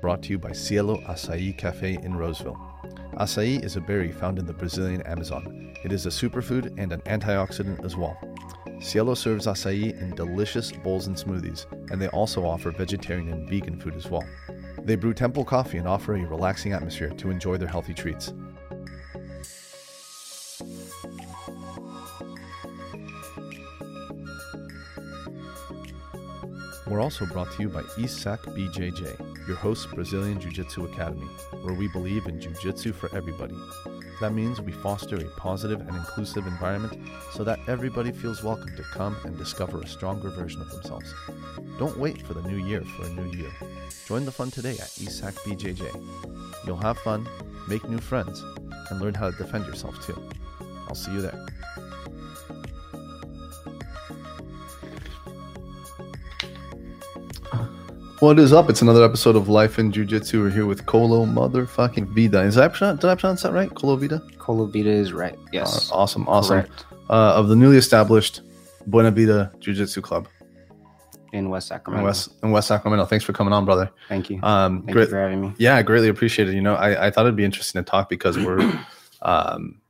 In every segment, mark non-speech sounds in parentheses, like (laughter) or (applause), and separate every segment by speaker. Speaker 1: brought to you by Cielo Açaí Cafe in Roseville. Açaí is a berry found in the Brazilian Amazon. It is a superfood and an antioxidant as well. Cielo serves acai in delicious bowls and smoothies, and they also offer vegetarian and vegan food as well. They brew temple coffee and offer a relaxing atmosphere to enjoy their healthy treats. We're also brought to you by ESAC BJJ, your host's Brazilian Jiu Jitsu Academy, where we believe in Jiu Jitsu for everybody. That means we foster a positive and inclusive environment so that everybody feels welcome to come and discover a stronger version of themselves. Don't wait for the new year for a new you. Join the fun today at ESAC BJJ. You'll have fun, make new friends, and learn how to defend yourself too. I'll see you there. What is up? It's another episode of Life in Jiu Jitsu. We're here with Colo motherfucking Vida. Is that did I pronounce that right? Colo Vida.
Speaker 2: Colovita is right. Yes.
Speaker 1: Uh, awesome, awesome.
Speaker 2: Correct.
Speaker 1: Uh, of the newly established Buena Vida Jiu Jitsu Club
Speaker 2: In West Sacramento.
Speaker 1: in West in West Sacramento. Thanks for coming on, brother.
Speaker 2: Thank you.
Speaker 1: Um,
Speaker 2: Thank
Speaker 1: great,
Speaker 2: you for having me.
Speaker 1: yeah, greatly appreciated. You know, I, I thought it'd be interesting to talk because
Speaker 2: (clears throat)
Speaker 1: we're, um,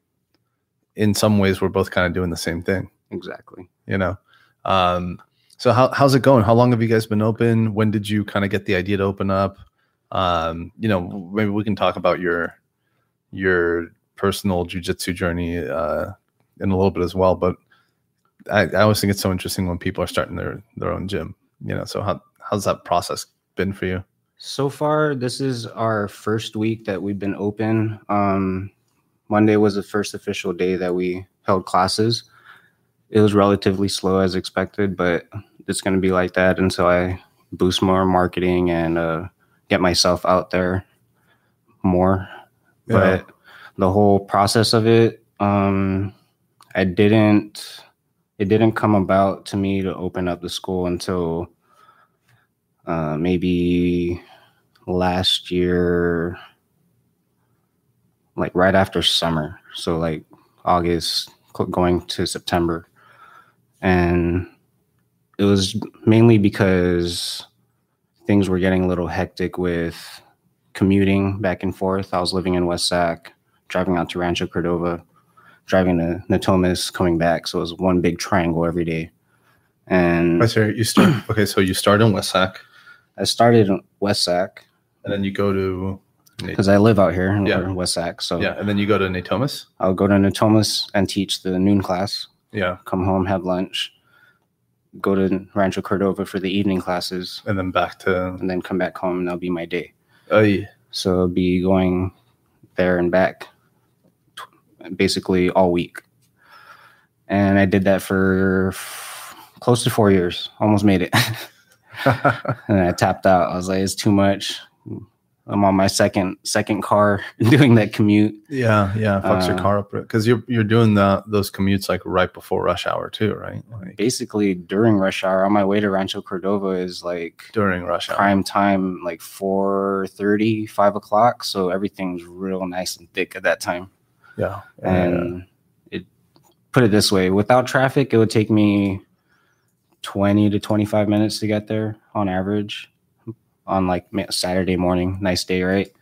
Speaker 1: in some ways, we're both kind of doing the same thing.
Speaker 2: Exactly.
Speaker 1: You know, um, so how, how's it going? How long have you guys been open? When did you kind of get the idea to open up? Um, you know, maybe we can talk about your your personal jujitsu journey uh, in a little bit as well. But I, I always think it's so interesting when people are starting their their own gym. You know, so how how's that process been for you?
Speaker 2: So far, this is our first week that we've been open. Um, Monday was the first official day that we held classes. It was relatively slow as expected, but it's going to be like that until I boost more marketing and uh, get myself out there more. but the whole process of it um i didn't it didn't come about to me to open up the school until uh maybe last year like right after summer so like august cl- going to september and it was mainly because things were getting a little hectic with commuting back and forth. I was living in West Sac, driving out to Rancho Cordova, driving to Natomas, coming back. So it was one big triangle every day. And
Speaker 1: Right, so you start. (clears throat) Okay, so you start in West Sac,
Speaker 2: I started in West Sac
Speaker 1: and then you go to
Speaker 2: because I live out here in
Speaker 1: Yeah.
Speaker 2: in West Sac. So
Speaker 1: yeah, and then you go to Natomas.
Speaker 2: I'll go to Natomas and teach the noon class,
Speaker 1: Yeah,
Speaker 2: come home, have lunch, go to Rancho Cordova for the evening classes,
Speaker 1: and then back to.
Speaker 2: and then come back home and that'll be my day.
Speaker 1: Ay,
Speaker 2: So it'll be going there and back tw- basically all week. And I did that for f- close to four years, almost made it. (laughs) and I tapped out. I was like, it's too much. I'm on my second second car (laughs) doing that commute.
Speaker 1: yeah, yeah. Fucks your
Speaker 2: Uh,
Speaker 1: car up because you're you're doing the those commutes like right before rush hour too, right? Like
Speaker 2: Basically during rush hour on my way to Rancho Cordova is like
Speaker 1: during rush hour.
Speaker 2: prime time, like 4.30, 5 o'clock. So everything's real nice and thick at that time.
Speaker 1: Yeah, yeah.
Speaker 2: and it put it this way without traffic it would take me 20 to 25 minutes to get there on average on like ma- saturday morning nice day right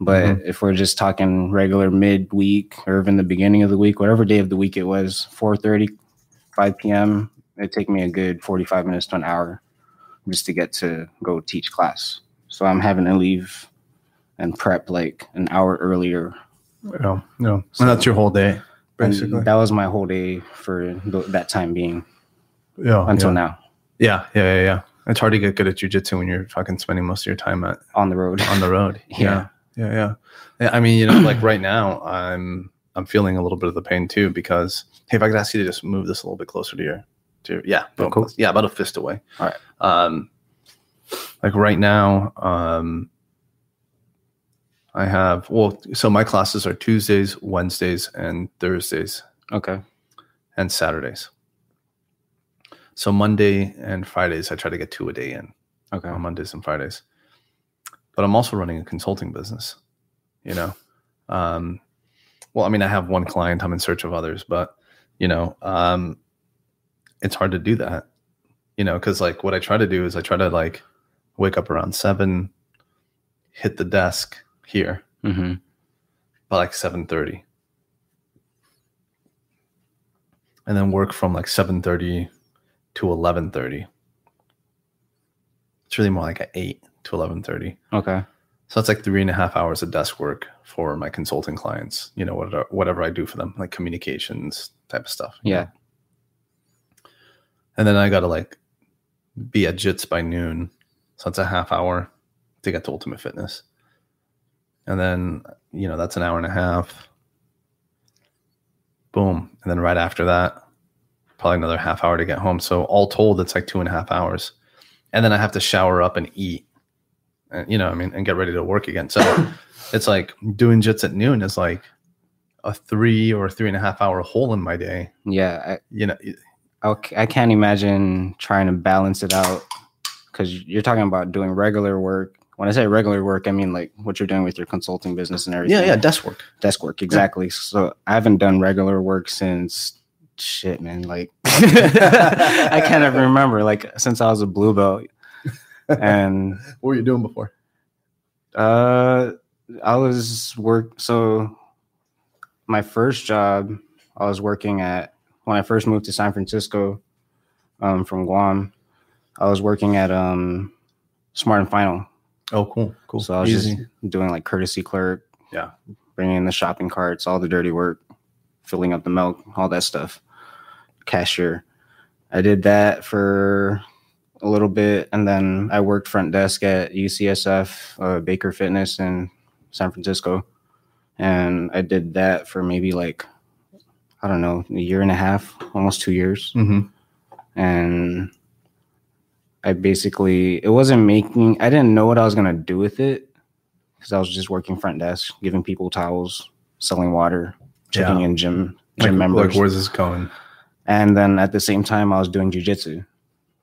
Speaker 2: but if we're just talking regular midweek or even the beginning of the week whatever day of the week it was 4.30 5 p.m it'd take me a good 45 minutes to an hour just to get to go teach class so i'm having to leave and prep like an hour earlier
Speaker 1: yeah, yeah. and that's your whole day,
Speaker 2: and
Speaker 1: basically.
Speaker 2: that was my whole day for th- that time being
Speaker 1: yeah,
Speaker 2: until
Speaker 1: yeah.
Speaker 2: now
Speaker 1: Yeah, yeah, yeah, yeah. It's hard to get good at jujitsu when you're fucking spending most of your time at
Speaker 2: on the road. (laughs)
Speaker 1: on the road.
Speaker 2: Yeah.
Speaker 1: yeah, yeah, yeah. I mean, you know, like right now, I'm I'm feeling a little bit of the pain too because hey, if I could ask you to just move this a little bit closer to your to your, yeah, boom.
Speaker 2: Oh, cool.
Speaker 1: yeah, about a fist away.
Speaker 2: All right.
Speaker 1: Um, like right now, um, I have well, so my classes are Tuesdays, Wednesdays, and Thursdays
Speaker 2: Okay.
Speaker 1: and Saturdays. So Monday and Fridays, I try to get two a day in
Speaker 2: Okay.
Speaker 1: on Mondays and Fridays. But I'm also running a consulting business, you know. Um, well, I mean, I have one client. I'm in search of others, but you know, um, it's hard to do that, you know, because like what I try to do is I try to like wake up around seven, hit the desk here
Speaker 2: Mm-hmm.
Speaker 1: by like 7.30 and then work from like 7.30 to 11.30 it's really more like a 8 to 11.30
Speaker 2: Okay.
Speaker 1: so that's like three and a half hours of desk work for my consulting clients you know whatever, whatever i do for them like communications type of stuff you know?
Speaker 2: Yeah.
Speaker 1: and then i gotta like be at jits by noon so that's a half hour to get to ultimate fitness and then you know that's an hour and a half boom and then right after that probably another half hour to get home so all told it's like two and a half hours and then i have to shower up and eat and you know i mean and get ready to work again so (coughs) it's like doing jits at noon is like a three or three and a half hour hole in my day
Speaker 2: Yeah.
Speaker 1: you know
Speaker 2: I, I c- I can't imagine trying to balance it out because you're talking about doing regular work. When I say regular work, I mean like what you're doing with your consulting business and everything.
Speaker 1: yeah yeah desk work
Speaker 2: Desk work, exactly. So I haven't done regular work since shit, man.
Speaker 1: (laughs)
Speaker 2: Like (laughs) I can't even remember. Like since I was a blue belt, and
Speaker 1: what were you doing before
Speaker 2: Uh, I was work. So, my first job, I was working at when I first moved to San Francisco, um, from Guam. I was working at um, Smart and Final,
Speaker 1: oh cool cool
Speaker 2: so I was just doing like courtesy clerk.
Speaker 1: Yeah.
Speaker 2: bringing in the shopping carts, all the dirty work, filling up the milk, all that stuff. Cashier. I did that for a little bit, and then I worked front desk at UCSF uh, Baker Fitness in San Francisco, and I did that for maybe like I don't know a year and a half, almost two years
Speaker 1: mm-hmm.
Speaker 2: and I basically it wasn't making I didn't know what I was gonna do with it because I was just working front desk, giving people towels, selling water, checking in gym
Speaker 1: like,
Speaker 2: gym members,
Speaker 1: like where's this going
Speaker 2: and then at the same time I was doing jujitsu.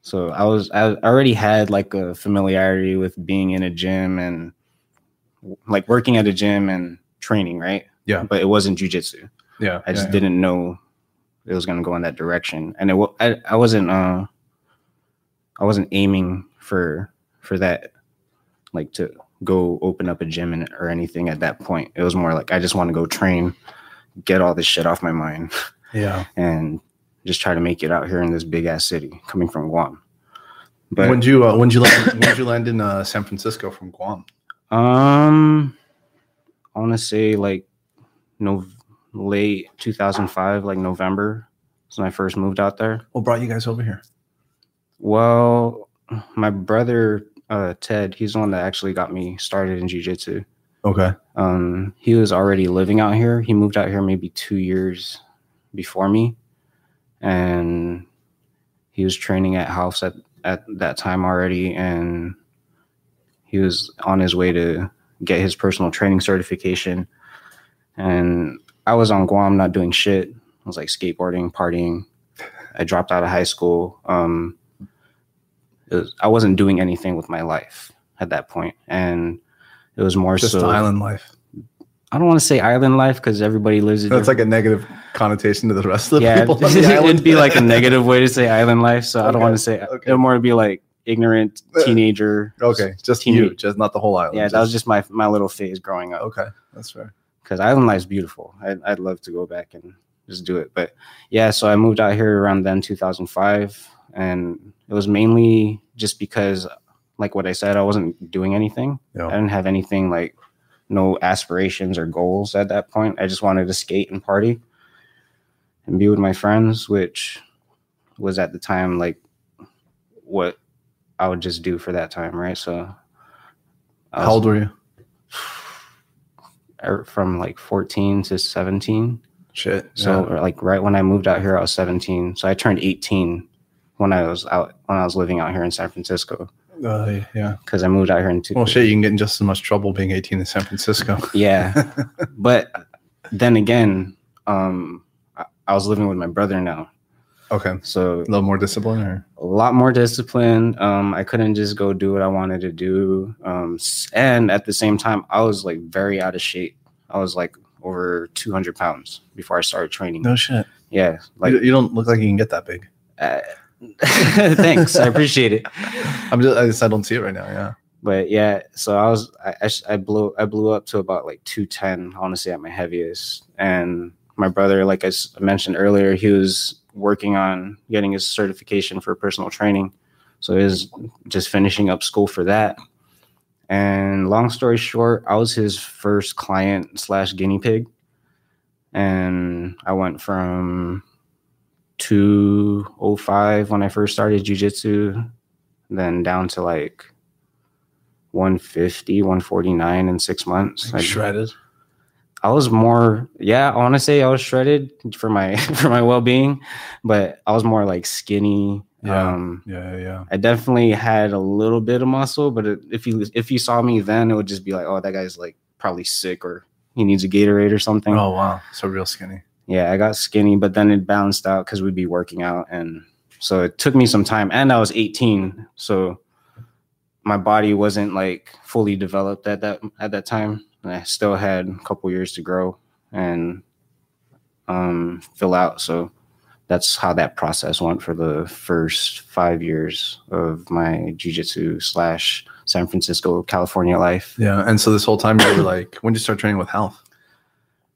Speaker 2: So I was I already had like a familiarity with being in a gym and like working at a gym and training, right?
Speaker 1: Yeah.
Speaker 2: But it wasn't jujitsu.
Speaker 1: yeah
Speaker 2: I just
Speaker 1: yeah,
Speaker 2: didn't know it was going to go in that direction, and it wa- I, I wasn't uh I wasn't aiming for for that like to go open up a gym and, or anything at that point. It was more like I just want to go train, get all this shit off my mind, (laughs)
Speaker 1: yeah.
Speaker 2: and just try to make it out here in this big ass city coming from Guam. But
Speaker 1: when'd you uh, when'd you land, when'd you land in uh, san francisco from guam
Speaker 2: um, I want to say like no late 2005, like November. was when I first moved out there.
Speaker 1: what brought you guys over here
Speaker 2: Well, my brother uh, Ted, he's the one that actually got me started in jujitsu.
Speaker 1: okay
Speaker 2: Um, he was already living out here. He moved out here maybe two years before me, and he was training at House at at that time already, and he was on his way to get his personal training certification. And I was on Guam not doing shit. I was like skateboarding, partying. I dropped out of high school. Um, it was, I wasn't doing anything with my life at that point, and it was more
Speaker 1: just
Speaker 2: so
Speaker 1: island life
Speaker 2: I don't want to say island life because everybody lives. a
Speaker 1: That's
Speaker 2: different-
Speaker 1: like a negative connotation to the rest of the
Speaker 2: yeah,
Speaker 1: people.
Speaker 2: (laughs)
Speaker 1: on the
Speaker 2: it'd
Speaker 1: island.
Speaker 2: be like a negative way to say island life. So I
Speaker 1: Okay,
Speaker 2: don't want to say.
Speaker 1: okay. Uh,
Speaker 2: It'd more be like ignorant teenager.
Speaker 1: (laughs) okay, just
Speaker 2: Teeny-
Speaker 1: you, just not the whole island.
Speaker 2: Yeah, that was just my my little phase growing up.
Speaker 1: okay. That's fair.
Speaker 2: Because island life's beautiful. I'd I'd love to go back and just do it. But yeah, so I moved out here around then 2005, and it was mainly just because, like what I said, I wasn't doing anything.
Speaker 1: Yeah,
Speaker 2: I didn't have anything like no aspirations or goals at that point. I just wanted to skate and party and be with my friends, which was at the time like what I would just do for that time, right? So I was-
Speaker 1: How old were you?
Speaker 2: (sighs) er, from like 14 to 17.
Speaker 1: Shit.
Speaker 2: So or, like right when I moved out here I was 17. So I turned 18 when I was out when I was living out here in San Francisco
Speaker 1: yeah. Uh, yeah.
Speaker 2: cuz I moved out here in two-
Speaker 1: Well, shit, you can get in just as much trouble being 18 in San Francisco. (laughs)
Speaker 2: Yeah. but then again, um, I, I was living with my brother now.
Speaker 1: Okay, a
Speaker 2: So
Speaker 1: little more discipline, or
Speaker 2: a lot more discipline. Um, I couldn't just go do what I wanted to do. Um, s- and at the same time, I was like very out of shape. I was like over 200 pounds before I started training.
Speaker 1: no shit.
Speaker 2: Yeah.
Speaker 1: Like
Speaker 2: Like,
Speaker 1: you, you don't look like you can get that big. (laughs)
Speaker 2: uh, (laughs) thanks. I appreciate it.
Speaker 1: I'm just, I just I don't see it right now. Yeah.
Speaker 2: But yeah, so I was I I, sh- I blew I blew up to about like 210 honestly at my heaviest. And my brother, like I s- mentioned earlier, he was working on getting his certification for personal training. So he was just finishing up school for that. And long story short, I was his first client slash guinea pig. And I went from 205 when I first started jujitsu, then down to like 150, 149 in six months. I-
Speaker 1: shredded.
Speaker 2: I was more, yeah, I want to say I was shredded for my (laughs) for my well being, but I was more like skinny.
Speaker 1: Yeah.
Speaker 2: Um,
Speaker 1: Yeah, yeah.
Speaker 2: I definitely had a little bit of muscle, but it, if you if you saw me then, it would just be like, oh, that guy's like probably sick or he needs a Gatorade or something.
Speaker 1: Oh wow, so real skinny.
Speaker 2: Yeah, I got skinny, but then it balanced out because we'd be working out, and so it took me some time. And I was 18, so my body wasn't like fully developed at that at that time. And I still had a couple years to grow and um, fill out. So that's how that process went for the first five years of my jujitsu slash San Francisco, California life.
Speaker 1: Yeah, and so this whole time you were like, when did you start training with health?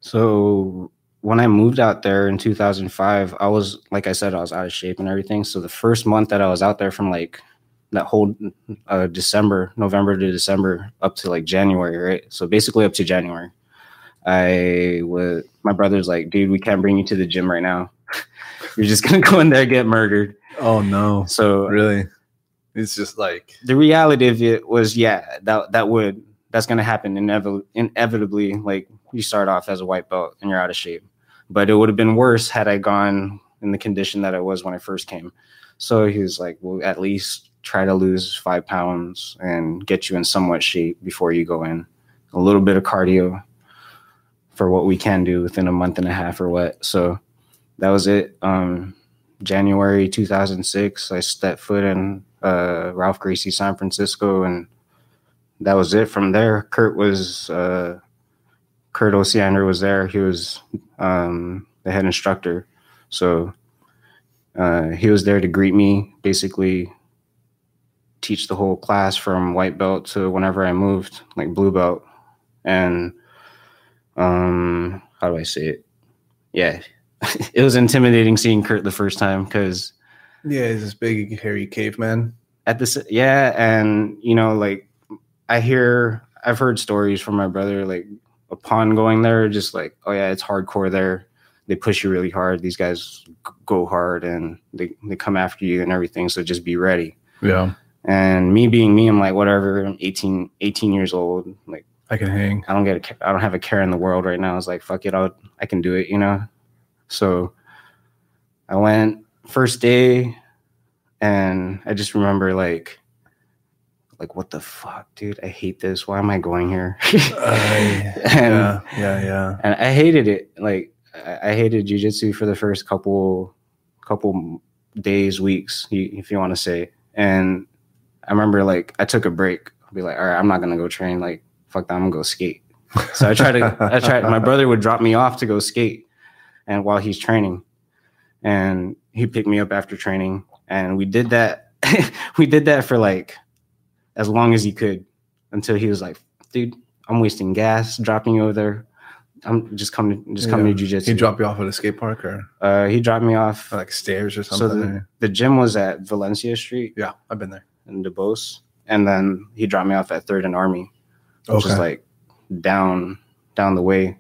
Speaker 2: So when I moved out there in 2005, I was like I said, I was out of shape and everything. So the first month that I was out there, from like that whole uh, December, November to December, up to like January, right? So basically up to January, I was my brother's like, dude, we can't bring you to the gym right now. (laughs) You're just gonna go in there and get murdered.
Speaker 1: Oh no,
Speaker 2: So
Speaker 1: really? It's just like
Speaker 2: the reality of it was yeah that that would that's going to happen inevi- inevitably like you start off as a white belt and you're out of shape but it would have been worse had i gone in the condition that i was when i first came so he was like well at least try to lose five pounds and get you in somewhat shape before you go in a little bit of cardio for what we can do within a month and a half or what so that was it um January 2006, I stepped foot in uh, Ralph Gracie, San Francisco, and that was it from there. Kurt was, uh, Kurt Osiander was there. He was um, the head instructor. So uh, he was there to greet me, basically teach the whole class from white belt to whenever I moved, like blue belt. And um, how do I say it? Yeah, (laughs) it was intimidating seeing Kurt the first time because
Speaker 1: yeah, he's this big hairy caveman.
Speaker 2: at this yeah, and you know, like I hear I've heard stories from my brother, like upon going there, just like, oh yeah, it's hardcore there. They push you really hard. These guys g- go hard and they, they come after you and everything. So just be ready.
Speaker 1: Yeah,
Speaker 2: And me being me, I'm like, whatever, I'm 18, 18 years old. Like
Speaker 1: I can hang.
Speaker 2: I don't get a, ca- I don't have a care in the world right now. I was like, fuck it, I'll, I can do it, you know. So I went first day, and I just remember like, like what the fuck, dude? I hate this. Why am I going here?
Speaker 1: Aye.
Speaker 2: (laughs) and
Speaker 1: yeah, yeah, yeah.
Speaker 2: (laughs) and I hated it. Like I I hated jujitsu for the first couple couple days, weeks, y- if you want to say. And I remember like I took a break. I'd be like, all right, I'm not gonna go train. Like fuck that, I'm gonna go skate. So I tried to. I
Speaker 1: (laughs)
Speaker 2: tried. My brother would drop me off to go skate, and while he's training, and he picked me up after training, and we did that. (laughs) we did that for like as long as he could until he was like, dude, I'm wasting gas dropping you over there. I'm just coming, just coming to jujitsu.
Speaker 1: He dropped you off at a skate park or
Speaker 2: Uh, he dropped me off.
Speaker 1: or like stairs or
Speaker 2: So
Speaker 1: something.
Speaker 2: the-
Speaker 1: or-
Speaker 2: the gym was at Valencia Street
Speaker 1: yeah, I've been there.
Speaker 2: in DeBose, and then he dropped me off at Third and Army, which is like down down the way,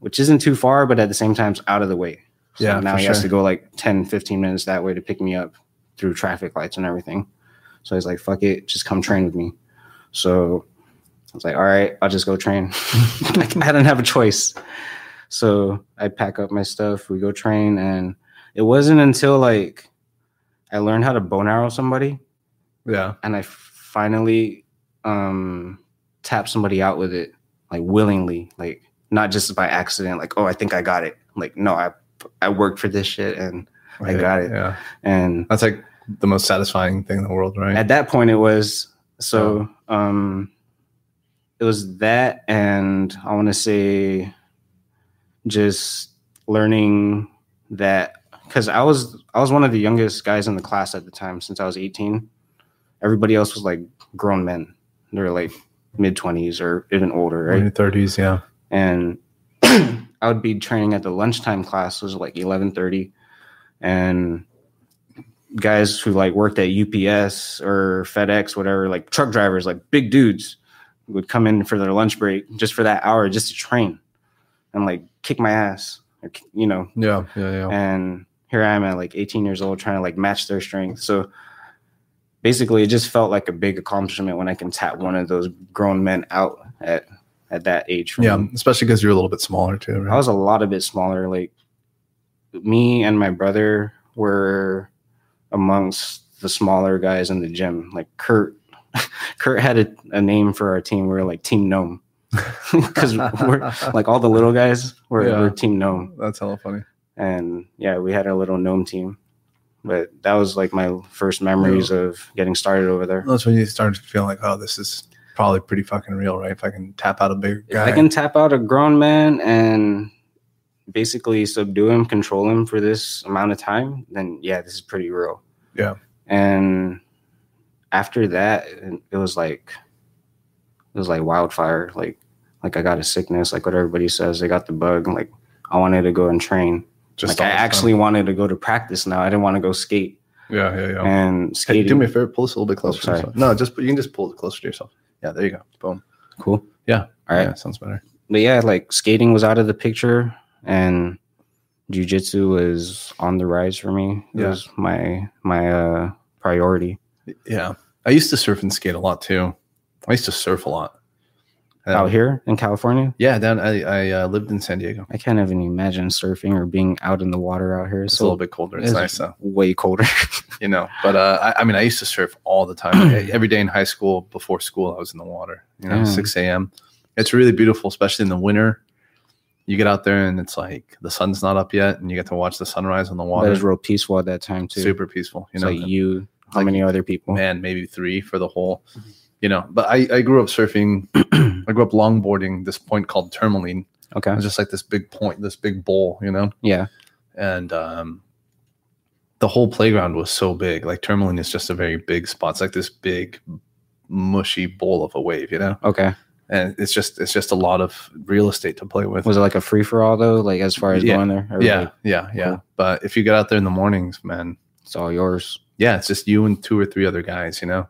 Speaker 2: which isn't too far, but at the same time, it's out of the way. So
Speaker 1: Yeah,
Speaker 2: now
Speaker 1: for
Speaker 2: he has
Speaker 1: sure.
Speaker 2: to go like 10, 15 minutes that way to pick me up through traffic lights and everything. So he's like, fuck it, just come train with me. So I was like, all right, I'll just go train. (laughs) Like, I didn't have a choice. So I pack up my stuff, we go train, and it wasn't until like I learned how to bone arrow somebody
Speaker 1: yeah,
Speaker 2: and I finally um tapped somebody out with it like willingly, like not just by accident, like, oh I think I got it. Like, no, I I worked for this shit and I
Speaker 1: Yeah,
Speaker 2: got it.
Speaker 1: Yeah,
Speaker 2: and
Speaker 1: that's like the most satisfying thing in the world, right?
Speaker 2: at that point it was so um it was that and i want to say just learning that because i was i was one of the youngest guys in the class at the time since i was 18 everybody else was like grown men They're like mid 20s or even older,
Speaker 1: Right. In
Speaker 2: right?
Speaker 1: your thirties, yeah.
Speaker 2: and (clears throat) I would be training at the lunchtime class was like eleven thirty, and guys who like worked at UPS or FedEx, whatever, like truck drivers, like big dudes, would come in for their lunch break just for that hour just to train, and like kick my ass, or, ki- you know,
Speaker 1: Yeah. Yeah. Yeah.
Speaker 2: and here I am at like 18 years old trying to like match their strength. So basically, it just felt like a big accomplishment when I can tap one of those grown men out at at that age. for
Speaker 1: yeah.
Speaker 2: me.
Speaker 1: Especially because you're a little bit smaller too. Right?
Speaker 2: I was a lot of bit smaller. Like me and my brother were amongst the smaller guys in the gym. Like Kurt, (laughs) Kurt had a, a name for our team. We were like Team Gnome (laughs) because we're like all the little guys were,
Speaker 1: Yeah.
Speaker 2: were Team Gnome,
Speaker 1: That's hella funny.
Speaker 2: and yeah, we had our little gnome team. But that was like my first memories of getting started over there.
Speaker 1: That's when you start to feel like, oh, this is probably pretty fucking real, right? If I can tap out a bigger
Speaker 2: If
Speaker 1: guy.
Speaker 2: I can tap out a grown man and basically subdue him, control him for this amount of time, then yeah, this is pretty real.
Speaker 1: Yeah.
Speaker 2: And after that, it was like it was like wildfire. Like like I got a sickness, like what everybody says, I got the bug. Like I wanted to go and train.
Speaker 1: just
Speaker 2: like I
Speaker 1: all the time.
Speaker 2: actually wanted to go to practice now. I didn't want to go skate.
Speaker 1: Yeah. Yeah. Yeah.
Speaker 2: And
Speaker 1: Oh. Hey,
Speaker 2: skating
Speaker 1: do me a favor, pull this a little bit closer. to
Speaker 2: sorry.
Speaker 1: yourself. No, just you can just pull it closer to yourself. Yeah, there you go. Boom.
Speaker 2: cool.
Speaker 1: Yeah.
Speaker 2: All right.
Speaker 1: Yeah, sounds better.
Speaker 2: but yeah, like skating was out of the picture and jujitsu was on the rise for me. It
Speaker 1: Yeah.
Speaker 2: was my my uh priority.
Speaker 1: Yeah, I used to surf and skate a lot too. I used to surf a lot. Um,
Speaker 2: out here in California.
Speaker 1: Yeah, down I, I uh, lived in San Diego.
Speaker 2: I can't even imagine surfing or being out in the water out here.
Speaker 1: It's
Speaker 2: so
Speaker 1: a little bit colder. It's
Speaker 2: it's-
Speaker 1: nice though,
Speaker 2: way colder. (laughs)
Speaker 1: you know. But uh, I, I mean, I used to surf all the time.
Speaker 2: (clears throat)
Speaker 1: Like, every day in high school, before school, I was in the water. You know,
Speaker 2: Damn.
Speaker 1: six a.m. It's really beautiful, especially in the winter. You get out there and it's like the sun's not up yet, and you get to watch the sunrise on the
Speaker 2: But it was
Speaker 1: water.
Speaker 2: real peaceful at that time too.
Speaker 1: Super peaceful, you
Speaker 2: It's
Speaker 1: know.
Speaker 2: like you, how many other people?
Speaker 1: man, maybe three for the whole,
Speaker 2: Mm-hmm.
Speaker 1: you know. But I, I grew up surfing. (clears throat) I grew up longboarding. This point called Tourmaline. It
Speaker 2: Okay.
Speaker 1: was just like this big point, this big bowl, you know.
Speaker 2: Yeah.
Speaker 1: And um, the whole playground was so big. Like Tourmaline is just a very big spot. It's like this big, mushy bowl of a wave, you know.
Speaker 2: Okay.
Speaker 1: And it's just it's just a lot of real estate to play with.
Speaker 2: Was it like a free for all though? Like as far as
Speaker 1: Yeah.
Speaker 2: going there? Or
Speaker 1: yeah,
Speaker 2: like,
Speaker 1: yeah, yeah.
Speaker 2: Cool.
Speaker 1: But if you get out there in the mornings, man,
Speaker 2: it's all yours.
Speaker 1: yeah, it's just you and two or three other guys, you know.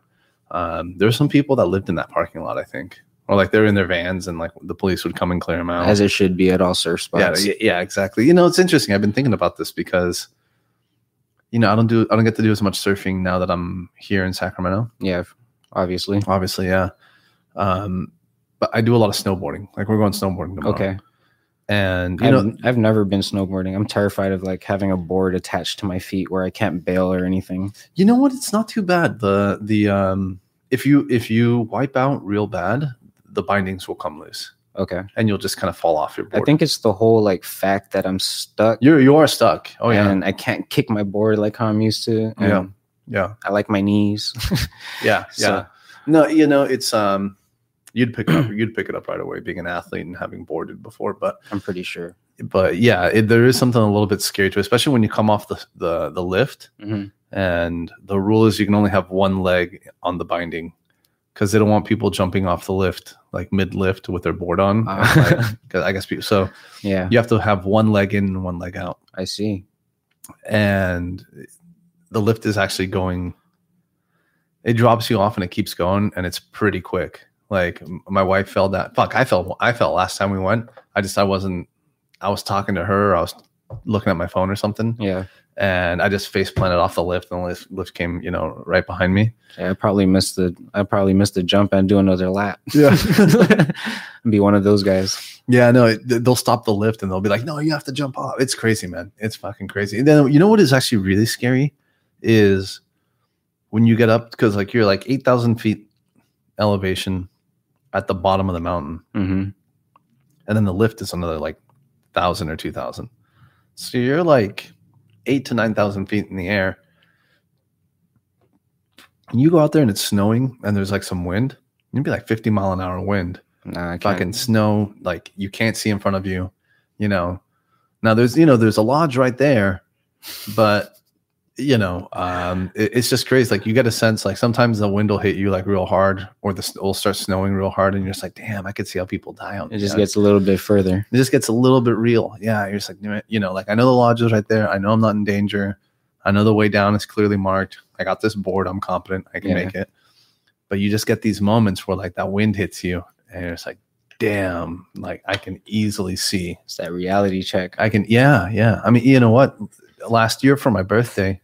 Speaker 1: Um, there were some people that lived in that parking lot, I think, or like they were in their vans and like the police would come and clear them out.
Speaker 2: As it should be at all surf
Speaker 1: yeah,
Speaker 2: spots.
Speaker 1: yeah, yeah, exactly. You know, it's interesting. I've been thinking about this because, you know, I don't do, I don't get to do as much surfing now that I'm here in Sacramento.
Speaker 2: yeah obviously.
Speaker 1: Obviously, yeah. Um, but I do a lot of snowboarding. Like we're going snowboarding tomorrow.
Speaker 2: Okay.
Speaker 1: And you
Speaker 2: I've,
Speaker 1: know,
Speaker 2: I've never been snowboarding. I'm terrified of like having a board attached to my feet where I can't bail or anything.
Speaker 1: you know what? It's not too bad. The the um, if you if you wipe out real bad, the bindings will come loose.
Speaker 2: Okay.
Speaker 1: and you'll just kind of fall off your
Speaker 2: I
Speaker 1: board.
Speaker 2: think it's the whole like fact that I'm stuck
Speaker 1: you're you are stuck. Oh yeah,
Speaker 2: and I can't kick my board like how I'm used to. and
Speaker 1: Yeah. yeah,
Speaker 2: I like
Speaker 1: (laughs)
Speaker 2: my knees. (laughs)
Speaker 1: yeah,
Speaker 2: So-
Speaker 1: yeah. No, you know it's um, you'd pick it up, you'd pick it up right away, being an athlete and having boarded before. But
Speaker 2: I'm pretty sure.
Speaker 1: but yeah, it, there is something a little bit scary to, it, especially when you come off the the the lift.
Speaker 2: Mhm.
Speaker 1: And the rule is you can only have one leg on the binding because they don't want people jumping off the lift like mid lift with their board on.
Speaker 2: Ah.
Speaker 1: Like, (laughs) 'cause I guess people, so
Speaker 2: Yeah,
Speaker 1: you have to have one leg in and one leg out.
Speaker 2: I see.
Speaker 1: and the lift is actually going it drops you off and it keeps going and it's pretty quick like m- my wife fell that fuck i fell i fell last time we went i just i wasn't i was talking to her i was looking at my phone or something
Speaker 2: Yeah.
Speaker 1: and i just face planted off the lift and the lift, lift came you know right behind me
Speaker 2: Yeah, I probably missed the I probably missed the jump and do another lap.
Speaker 1: Yeah.
Speaker 2: (laughs) be one of those guys.
Speaker 1: yeah no it, th- they'll stop the lift and they'll be like no you have to jump off it's crazy man it's fucking crazy and then you know what is actually really scary is when you get up because like you're like 8000 feet elevation at the bottom of the mountain
Speaker 2: hmm
Speaker 1: and then the lift is another like 1000 or 2000 so you're like 8 to 9000 feet in the air and you go out there and it's snowing and there's like some wind you'd be like 50 mile an hour wind
Speaker 2: Nah, I can't.
Speaker 1: fucking snow like you can't see in front of you you know now there's you know there's a lodge right there but you know, um, it- it's just crazy. Like you get a sense, like sometimes the wind will hit you like real hard, or the s- it'll start snowing real hard, and you're just like, damn, I could see how people die on
Speaker 2: It just
Speaker 1: the ice."
Speaker 2: gets a little bit further.
Speaker 1: it just gets a little bit real. Yeah, you're just like, "Man," you know, like I know the lodge is right there. I know I'm not in danger. I know the way down is clearly marked. I got this board. I'm competent. I can
Speaker 2: Yeah.
Speaker 1: make it. But you just get these moments where like that wind hits you, and you're just like, damn, like I can easily see
Speaker 2: It's that reality check.
Speaker 1: I can, yeah, yeah. I mean, you know what? Last year for my birthday,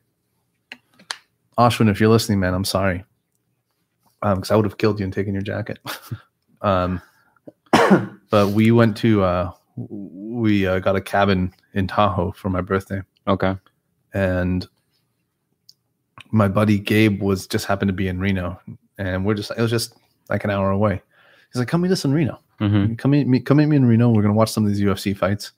Speaker 1: Ashwin, if you're listening, man, I'm sorry. Um, because I would have killed you and taken your jacket. (laughs) um, but we went to, uh, we uh, got a cabin in Tahoe for my birthday,
Speaker 2: Okay.
Speaker 1: and my buddy Gabe was just happened to be in Reno, and we're just it was just like an hour away. He's like, "Come meet us in Reno."
Speaker 2: Mm-hmm.
Speaker 1: Come meet me. Come meet me in Reno. We're gonna watch some of these UFC fights,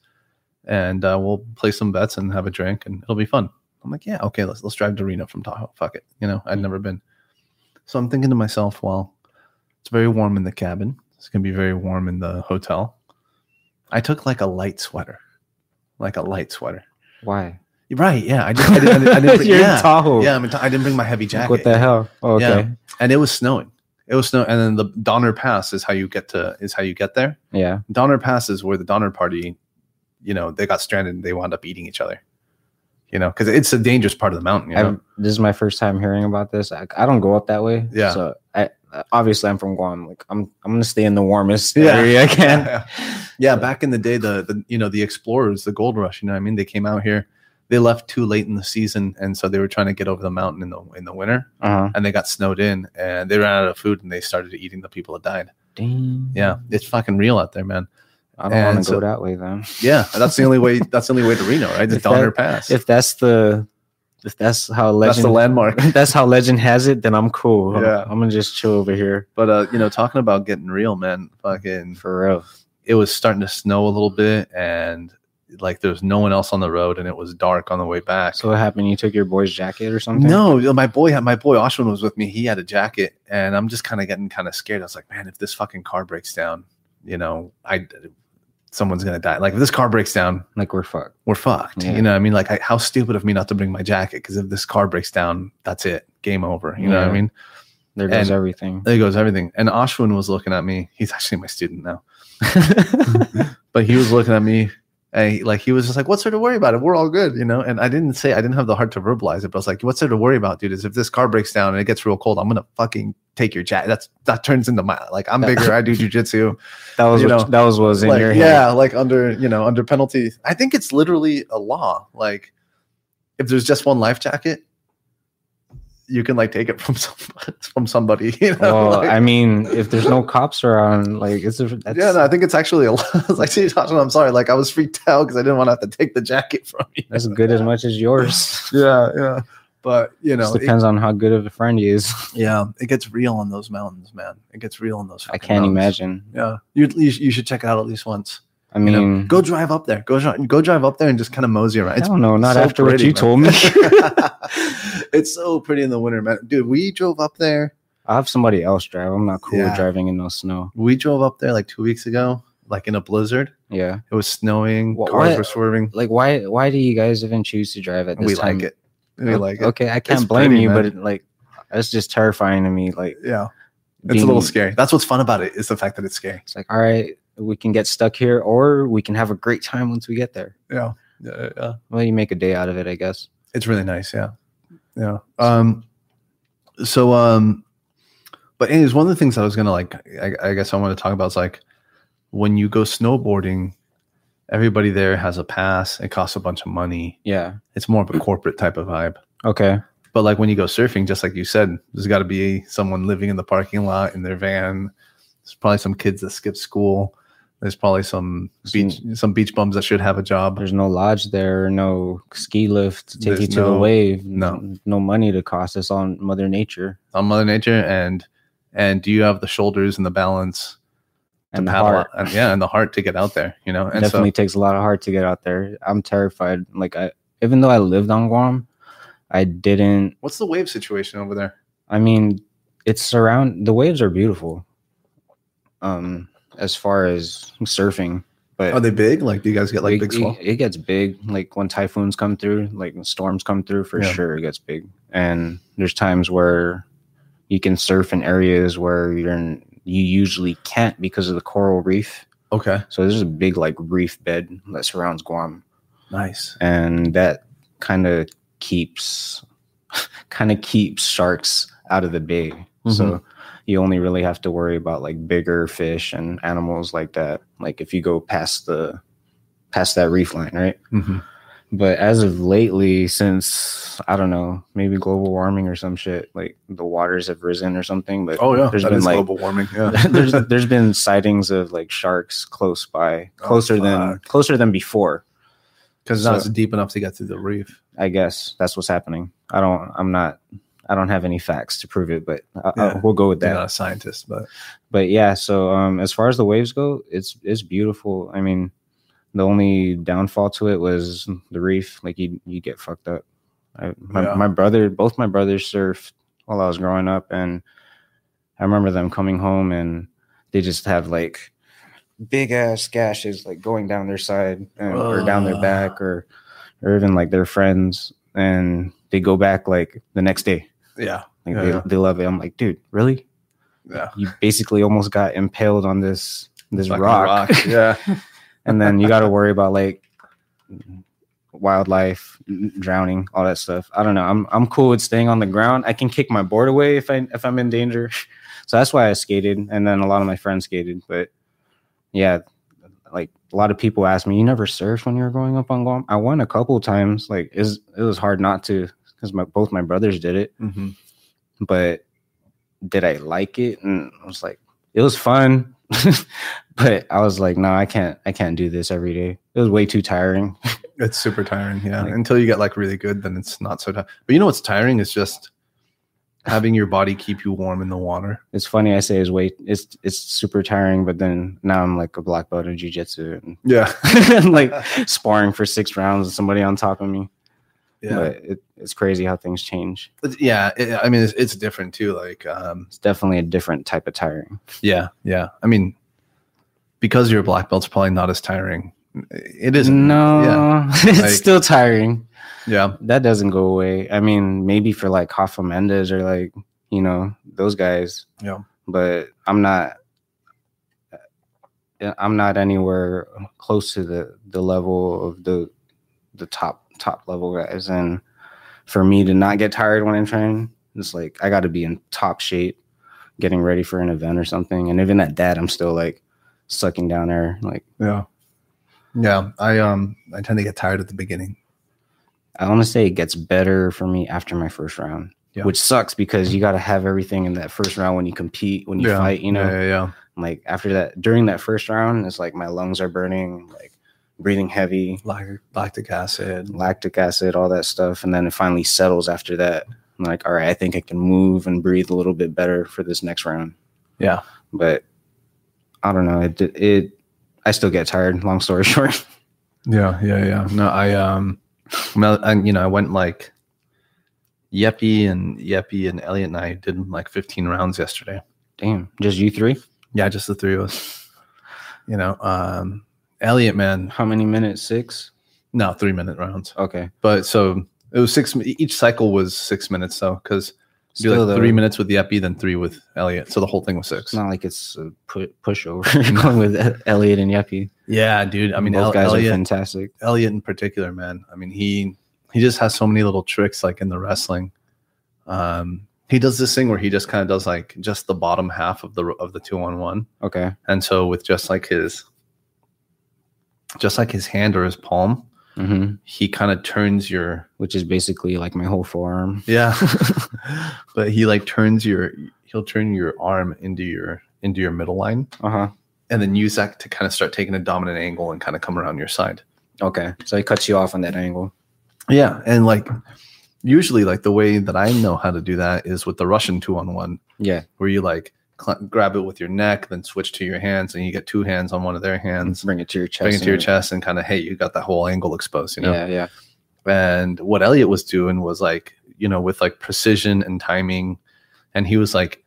Speaker 1: and uh, we'll play some bets and have a drink, and it'll be fun. I'm like, yeah, okay, let's let's drive to Reno from Tahoe. Fuck it, you know, I'd
Speaker 2: Hmm.
Speaker 1: never been. So I'm thinking to myself, well, it's very warm in the cabin. It's gonna be very warm in the hotel. I took like a light sweater, like a light sweater.
Speaker 2: Why?
Speaker 1: Right? Yeah,
Speaker 2: (laughs)
Speaker 1: I just I didn't, I didn't, I didn't bring,
Speaker 2: You're
Speaker 1: yeah,
Speaker 2: in Tahoe.
Speaker 1: yeah, I, mean, I didn't bring my heavy jacket.
Speaker 2: Like, what the hell? Oh, okay.
Speaker 1: and it was snowing. It was snow, and then the Donner Pass is how you get to is how you get there.
Speaker 2: Yeah.
Speaker 1: Donner Pass is where the Donner Party, you know, they got stranded and they wound up eating each other. You know, because it's a dangerous part of the mountain. You know?
Speaker 2: I've, this is my first time hearing about this. I, I don't go up that way.
Speaker 1: Yeah.
Speaker 2: So I obviously I'm from Guam. Like I'm I'm gonna stay in the warmest
Speaker 1: Yeah.
Speaker 2: area
Speaker 1: (laughs)
Speaker 2: I can.
Speaker 1: yeah, back in the day, the, the you know the explorers, the gold rush. You know, what I mean, they came out here. They left too late in the season, and so they were trying to get over the mountain in the in the winter,
Speaker 2: Uh-huh.
Speaker 1: and they got snowed in, and they ran out of food, and they started eating the people that died.
Speaker 2: Dang.
Speaker 1: Yeah, it's fucking real out there, man.
Speaker 2: I don't want
Speaker 1: And
Speaker 2: to
Speaker 1: so-
Speaker 2: go that way then.
Speaker 1: Yeah, that's the only way. (laughs) That's the only way to Reno, right? The
Speaker 2: If that-
Speaker 1: Donner Pass.
Speaker 2: If that's the if that's how legend
Speaker 1: that's the
Speaker 2: (laughs)
Speaker 1: landmark.
Speaker 2: that's how legend has it, then I'm cool. I'm-
Speaker 1: Yeah.
Speaker 2: I'm, gonna just chill over here
Speaker 1: But uh, you know, talking about getting real, man, fucking
Speaker 2: for real.
Speaker 1: it was starting to snow a little bit and like there was no one else on the road and it was dark on the way back.
Speaker 2: So what happened? You took your boy's jacket or something?
Speaker 1: no, my boy had my boy Ashwin was with me. He had a jacket and I'm just kind of getting kind of scared. I was like, man, if this fucking car breaks down, you know, I someone's going to die. Like if this car breaks down,
Speaker 2: Like we're fucked.
Speaker 1: we're fucked.
Speaker 2: Yeah.
Speaker 1: You know, what I mean, like, I, how stupid of me not to bring my jacket because if this car breaks down, that's it, game over. You know what I
Speaker 2: Yeah.
Speaker 1: mean?
Speaker 2: There goes
Speaker 1: And- (laughs)
Speaker 2: everything.
Speaker 1: There goes everything. And Ashwin was looking at me. He's actually my student now. but he was looking at me and he, like he was just like, What's there to worry about? We're all good, you know? And I didn't say I didn't have the heart to verbalize it, but I was like, What's there to worry about, dude? Is if this car breaks down and it gets real cold, I'm gonna fucking take your jacket. That's that turns into my like I'm bigger, I do
Speaker 2: (laughs)
Speaker 1: jujitsu.
Speaker 2: That was
Speaker 1: you
Speaker 2: what,
Speaker 1: know,
Speaker 2: that was what was in
Speaker 1: Like,
Speaker 2: your head.
Speaker 1: yeah, like under you know, under penalty. I think it's literally a law. Like if there's just one life jacket. You can like take it from (laughs) somebody, from somebody. (laughs) You know,
Speaker 2: Well,
Speaker 1: like-
Speaker 2: I mean, if there's no cops around, like it's a, that's,
Speaker 1: yeah, no, I think (laughs) it's actually a lot. I was like, "Gee, Tasha, I'm sorry. Like, I was freaked out because I didn't want to have to take the jacket from you.
Speaker 2: that's good as much as yours.
Speaker 1: (laughs) Yeah, yeah. But, you know,
Speaker 2: Just
Speaker 1: it,
Speaker 2: depends on how good of a friend he is.
Speaker 1: (laughs) yeah, it gets real on those mountains, man. It gets real on those.
Speaker 2: I
Speaker 1: fucking
Speaker 2: can't
Speaker 1: mountains.
Speaker 2: imagine.
Speaker 1: Yeah, you, you sh- you should check it out at least once.
Speaker 2: I
Speaker 1: You
Speaker 2: mean,
Speaker 1: know, go drive up there. Go dri- go drive up there and just kind of mosey around.
Speaker 2: I
Speaker 1: It's
Speaker 2: don't know. Not
Speaker 1: so
Speaker 2: after what
Speaker 1: pretty,
Speaker 2: you
Speaker 1: man.
Speaker 2: told me.
Speaker 1: (laughs)
Speaker 2: (laughs)
Speaker 1: it's so pretty in the winter, man. Dude, we drove up there.
Speaker 2: I'll have somebody else drive. I'm not cool
Speaker 1: Yeah.
Speaker 2: with driving in no snow.
Speaker 1: We drove up there like two weeks ago, like in a blizzard.
Speaker 2: Yeah.
Speaker 1: It was snowing.
Speaker 2: Wha-
Speaker 1: cars
Speaker 2: what-
Speaker 1: were swerving.
Speaker 2: Like, why? Why do you guys even choose to drive at this
Speaker 1: We
Speaker 2: time?
Speaker 1: like it. We
Speaker 2: O-
Speaker 1: like it.
Speaker 2: Okay, I can't
Speaker 1: It's
Speaker 2: blame
Speaker 1: pretty,
Speaker 2: you,
Speaker 1: man.
Speaker 2: but it, like, that's just terrifying to me. Like,
Speaker 1: Yeah, it's
Speaker 2: being-
Speaker 1: a little scary. That's what's fun about it is the fact that it's scary.
Speaker 2: It's like, all right, we can get stuck here, or we can have a great time once we get there.
Speaker 1: Yeah, yeah, yeah.
Speaker 2: Well, you make a day out of it, I guess.
Speaker 1: It's really nice. Yeah, yeah. Um, so um, but anyways, one of the things I was gonna like, I, I guess I want to talk about is like when you go snowboarding, everybody there has a pass. It costs a bunch of money.
Speaker 2: Yeah.
Speaker 1: It's more of a corporate type of vibe.
Speaker 2: Okay.
Speaker 1: But like when you go surfing, just like you said, there's got to be someone living in the parking lot in their van. There's probably some kids that skip school. There's probably some beach some beach bums that should have a job.
Speaker 2: There's no lodge there, no ski lift to take
Speaker 1: There's
Speaker 2: you to the
Speaker 1: no-
Speaker 2: wave.
Speaker 1: no.
Speaker 2: no money to cost. It's on Mother Nature
Speaker 1: on Mother Nature and and do you have the shoulders and the balance
Speaker 2: and the
Speaker 1: paddle
Speaker 2: heart.
Speaker 1: out- and yeah and the heart to get out there you know and
Speaker 2: Definitely takes a lot of heart to get out there. I'm terrified. Like I, even though I lived on Guam, I didn't.
Speaker 1: so what's the wave situation over there
Speaker 2: I mean, it's surround. The waves are beautiful. Um, as far as surfing, But
Speaker 1: Are they big? Like, do you guys get like
Speaker 2: it-
Speaker 1: big
Speaker 2: it-
Speaker 1: swell?
Speaker 2: It, gets big. Like when typhoons come through, like when storms come through, for
Speaker 1: Yeah.
Speaker 2: sure it gets big. And there's times where you can surf in areas where you're in, you usually can't because of the coral reef.
Speaker 1: Okay,
Speaker 2: So there's a big like reef bed that surrounds Guam,
Speaker 1: nice.
Speaker 2: and that kind of keeps (laughs) kind of keeps sharks out of the bay.
Speaker 1: Mm-hmm.
Speaker 2: So you only really have to worry about like bigger fish and animals like that. Like if you go past the past that reef line, right?
Speaker 1: Mhm.
Speaker 2: But as of lately, since I don't know, maybe global warming or some shit, like the waters have risen or something. But
Speaker 1: Oh yeah,
Speaker 2: There's
Speaker 1: that
Speaker 2: been,
Speaker 1: is
Speaker 2: like- (laughs)
Speaker 1: global warming. (laughs) Yeah,
Speaker 2: there's there's been sightings of like sharks close by,
Speaker 1: Oh,
Speaker 2: closer than
Speaker 1: fuck.
Speaker 2: closer than before.
Speaker 1: because now
Speaker 2: So-
Speaker 1: it's deep enough to get through the reef.
Speaker 2: I guess that's what's happening. I don't. I'm not. I don't have any facts to prove it, but I, I-
Speaker 1: Yeah.
Speaker 2: we'll go with
Speaker 1: You're
Speaker 2: that.
Speaker 1: not a scientist, but
Speaker 2: but yeah so um as far as the waves go it's it's beautiful i mean the only downfall to it was the reef like you you get fucked up I, my,
Speaker 1: Yeah.
Speaker 2: my brother both my brothers surfed while i was growing up and i remember them coming home and they just have like big ass gashes like going down their side and, or down their
Speaker 1: Ugh.
Speaker 2: back or or even like their friends and they go back like the next day
Speaker 1: yeah,
Speaker 2: like
Speaker 1: Yeah.
Speaker 2: they, they love it i'm like dude really
Speaker 1: yeah.
Speaker 2: you basically almost got impaled on this this
Speaker 1: Fucking
Speaker 2: rock,
Speaker 1: (laughs) Yeah,
Speaker 2: and then you got
Speaker 1: (laughs)
Speaker 2: to worry about like wildlife drowning all that stuff i don't know i'm i'm cool with staying on the ground i can kick my board away if i if i'm in danger (laughs) so that's why i skated and then a lot of my friends skated but yeah like a lot of people ask me you never surfed when you were growing up on guam i won a couple times like is it was hard not to because my both my brothers did it
Speaker 1: hmm
Speaker 2: but did I like it? And I was like, it was fun, (laughs) but I was like, no, I can't, I can't do this every day. It was way too tiring. (laughs)
Speaker 1: it's super tiring. Yeah,
Speaker 2: Like-
Speaker 1: until you get like really good, then it's not so tiring. But you know what's tiring is just having your body keep you warm in the water.
Speaker 2: It's funny I say it's way, it's it's super tiring, but then now I'm like a black belt in jujitsu
Speaker 1: Yeah, (laughs)
Speaker 2: and (laughs) like sparring for six rounds with somebody on top of me.
Speaker 1: yeah.
Speaker 2: But it, it's crazy how things change.
Speaker 1: It's- yeah it, i mean it's, it's different too like um
Speaker 2: It's definitely a different type of tiring.
Speaker 1: yeah yeah i mean because your black belt's probably not as tiring it isn't
Speaker 2: No, (laughs) it's
Speaker 1: Like-
Speaker 2: still tiring.
Speaker 1: yeah
Speaker 2: that doesn't go away. I mean, maybe for like Hoffa Mendez or like, you know, those guys.
Speaker 1: Yeah.
Speaker 2: But I'm not I'm not anywhere close to the the level of the the top top level guys and for me to not get tired when I train, it's like I got to be in top shape getting ready for an event or something and even at that I'm still like sucking down air like
Speaker 1: yeah yeah i um i tend to get tired at the beginning
Speaker 2: I want to say it gets better for me after my first round,
Speaker 1: Yeah.
Speaker 2: which sucks because you got to have everything in that first round when you compete, when you
Speaker 1: yeah.
Speaker 2: fight, you know,
Speaker 1: yeah, yeah, yeah.
Speaker 2: like after that, during that first round, it's like my lungs are burning, like breathing heavy,
Speaker 1: Lac- lactic acid
Speaker 2: lactic acid, all that stuff. And then it finally settles after that. I'm like, all right, I think I can move and breathe a little bit better for this next round.
Speaker 1: Yeah.
Speaker 2: But I don't know. It, it, I still get tired. Long story (laughs) short.
Speaker 1: yeah yeah yeah no i um mel- and you know i went like yeppy and yeppy and elliot and i did like 15 rounds yesterday
Speaker 2: Damn. Just you three?
Speaker 1: yeah just the three of us you know um elliot man
Speaker 2: How many minutes? Six?
Speaker 1: no three minute rounds
Speaker 2: Okay.
Speaker 1: but so it was six each cycle was six minutes though because do
Speaker 2: Still,
Speaker 1: like
Speaker 2: though,
Speaker 1: three minutes with the epi then three with elliot so the whole thing was six
Speaker 2: It's not like it's a pu- pushover (laughs) going with E- Elliot and Yuppie.
Speaker 1: yeah dude i mean
Speaker 2: both
Speaker 1: El-
Speaker 2: guys are
Speaker 1: elliot
Speaker 2: fantastic.
Speaker 1: elliot in particular man i mean he he just has so many little tricks like in the wrestling um he does this thing where he just kind of does like just the bottom half of the of the two on one
Speaker 2: Okay.
Speaker 1: and so with just like his just like his hand or his palm
Speaker 2: hmm
Speaker 1: he kind of turns your
Speaker 2: Which is basically like my whole forearm.
Speaker 1: (laughs) Yeah. but he like turns your he'll turn your arm into your into your middle line
Speaker 2: Uh huh.
Speaker 1: and then use that to kind of start taking a dominant angle and kind of come around your side.
Speaker 2: Okay. So he cuts you off on that angle.
Speaker 1: Yeah. And like usually like the way that I know how to do that is with the Russian two on one
Speaker 2: Yeah.
Speaker 1: where you like cl- grab it with your neck, then switch to your hands and you get two hands on one of their hands.
Speaker 2: Bring it to your chest.
Speaker 1: Bring it to
Speaker 2: and-
Speaker 1: your Mm-hmm. chest and kind of, hey, you got that whole angle exposed, you know?
Speaker 2: Yeah. Yeah.
Speaker 1: and what Elliot was doing was like you know with like precision and timing, and he was like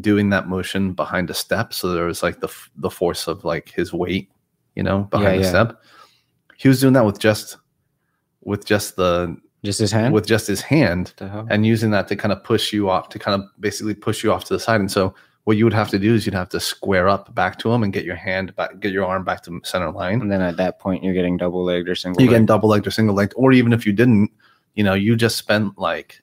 Speaker 1: doing that motion behind a step, so there was like the f- the force of like his weight, you know, behind
Speaker 2: Yeah,
Speaker 1: the
Speaker 2: yeah.
Speaker 1: step. He was doing that with just with just the
Speaker 2: Just his hand.
Speaker 1: with just his hand
Speaker 2: the hell?
Speaker 1: and using that to kind of push you off to kind of basically push you off to the side. And so what you would have to do is you'd have to square up back to him and get your hand back, get your arm back to center line.
Speaker 2: And then at that point, you're getting double legged or single.
Speaker 1: you get
Speaker 2: legged. (laughs)
Speaker 1: double legged or single legged, or even if you didn't, you know, you just spent like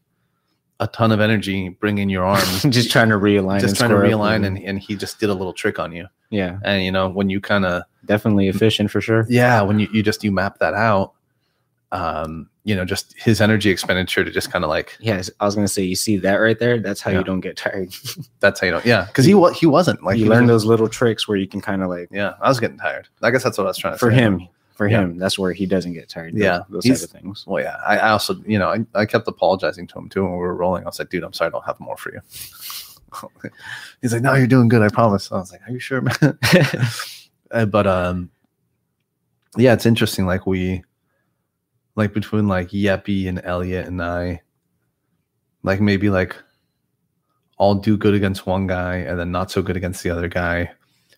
Speaker 1: a ton of energy bringing
Speaker 2: (laughs)
Speaker 1: your arms,
Speaker 2: just trying to realign.
Speaker 1: just trying
Speaker 2: and
Speaker 1: to
Speaker 2: square up
Speaker 1: realign, and, and he just did a little trick on you.
Speaker 2: yeah,
Speaker 1: And you know, when you kind of
Speaker 2: definitely efficient for sure.
Speaker 1: yeah, when you, you just you map that out, um, you know, just his energy expenditure to just kind of like
Speaker 2: Yes, I was gonna say you see that right there. That's how
Speaker 1: Yeah.
Speaker 2: you don't get tired.
Speaker 1: that's how you don't yeah, because he wa- he wasn't like
Speaker 2: you
Speaker 1: he
Speaker 2: learn
Speaker 1: wasn't-
Speaker 2: those little tricks where you can kind of like
Speaker 1: yeah, I was getting tired. I guess that's what I was trying to
Speaker 2: for
Speaker 1: say.
Speaker 2: him, for
Speaker 1: Yeah.
Speaker 2: him, that's where he doesn't get tired. those-
Speaker 1: Yeah,
Speaker 2: those
Speaker 1: he's-
Speaker 2: type of things.
Speaker 1: Well, yeah, I, I also, you know, I, I kept apologizing to him too when we were rolling. I was like, dude, I'm sorry, I don't have more for you. (laughs) He's like, no, you're doing good, I promise. I was like, are you sure, man? (laughs) Uh, but um, yeah, it's interesting. Like we, like between like Yeppy and Elliot and I, like maybe like I'll do good against one guy and then not so good against the other guy,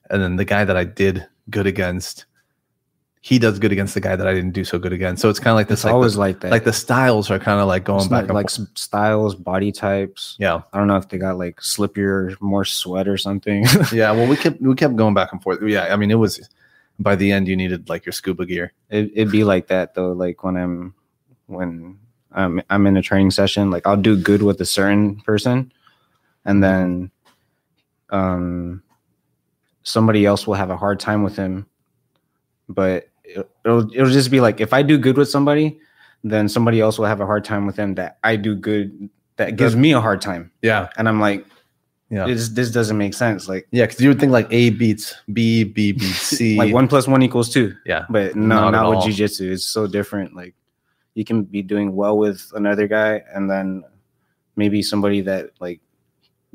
Speaker 1: and then the guy that I did good against. He does good against the guy that I didn't do so good against. So it's kind of like this.
Speaker 2: It's
Speaker 1: like the-
Speaker 2: always like that.
Speaker 1: like the styles are kind of like going
Speaker 2: It's
Speaker 1: back
Speaker 2: not
Speaker 1: and
Speaker 2: like
Speaker 1: forth.
Speaker 2: s- styles, body types.
Speaker 1: yeah
Speaker 2: I don't know if they got like slippier, more sweat or something. (laughs)
Speaker 1: yeah well we kept we kept going back and forth yeah i mean it was by the end you needed like your scuba gear
Speaker 2: it, it'd be like that though like when i'm when I'm, I'm in a training session like i'll do good with a certain person and then um somebody else will have a hard time with him but it, it'll, it'll just be like if i do good with somebody then somebody else will have a hard time with them that i do good that gives me a hard time
Speaker 1: yeah
Speaker 2: and i'm like
Speaker 1: Yeah.
Speaker 2: this, this doesn't make sense like
Speaker 1: yeah because you would think like a beats b b b c
Speaker 2: like one plus one equals two
Speaker 1: yeah
Speaker 2: but no,
Speaker 1: Not at
Speaker 2: not, with
Speaker 1: all.
Speaker 2: jujitsu. It's so different. Like you can be doing well with another guy, and then maybe somebody that like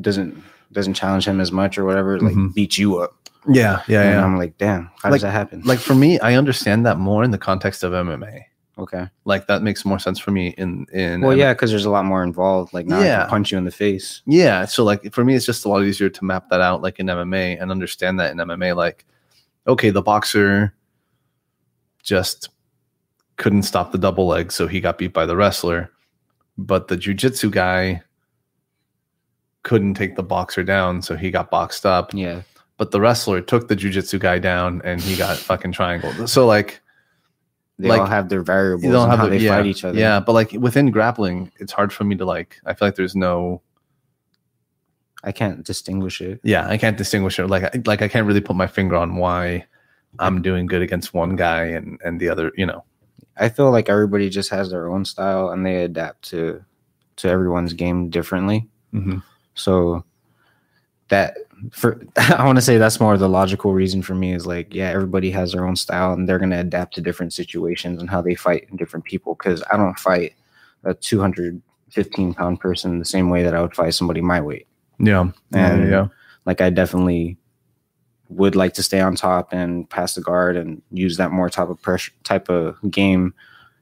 Speaker 2: doesn't doesn't challenge him as much or whatever, like
Speaker 1: Mhm.
Speaker 2: beat you up.
Speaker 1: yeah yeah
Speaker 2: and
Speaker 1: yeah
Speaker 2: I'm like, damn, how
Speaker 1: Like-
Speaker 2: does that happen?
Speaker 1: like for me i understand that more in the context of mma
Speaker 2: okay,
Speaker 1: like that makes more sense for me in in
Speaker 2: well, yeah, because there's a lot more involved. Like now, I
Speaker 1: Yeah.
Speaker 2: can punch you in the face.
Speaker 1: Yeah. So like for me, it's just a lot easier to map that out like in MMA and understand that in MMA, like, okay, the boxer just couldn't stop the double leg, so he got beat by the wrestler. But the jujitsu guy couldn't take the boxer down, so he got boxed up.
Speaker 2: Yeah,
Speaker 1: But the wrestler took the jujitsu guy down and he got fucking triangled. So like
Speaker 2: they
Speaker 1: Like,
Speaker 2: all have their variables.
Speaker 1: you don't
Speaker 2: and
Speaker 1: have
Speaker 2: how
Speaker 1: the-
Speaker 2: they
Speaker 1: yeah,
Speaker 2: fight each other.
Speaker 1: Yeah, but like within grappling, it's hard for me to like I feel like there's no
Speaker 2: I can't distinguish it.
Speaker 1: yeah i can't distinguish it like I, like i can't really put my finger on why i'm doing good against one guy and and the other you know
Speaker 2: I feel like everybody just has their own style, and they adapt to to everyone's game differently.
Speaker 1: Mm-hmm.
Speaker 2: So that for (laughs) I want to say that's more the logical reason for me is like yeah everybody has their own style and they're going to adapt to different situations and how they fight different people because I don't fight a 215 pound person the same way that I would fight somebody my weight
Speaker 1: yeah
Speaker 2: and
Speaker 1: yeah
Speaker 2: like I definitely would like to stay on top and pass the guard and use that more type of pressure type of game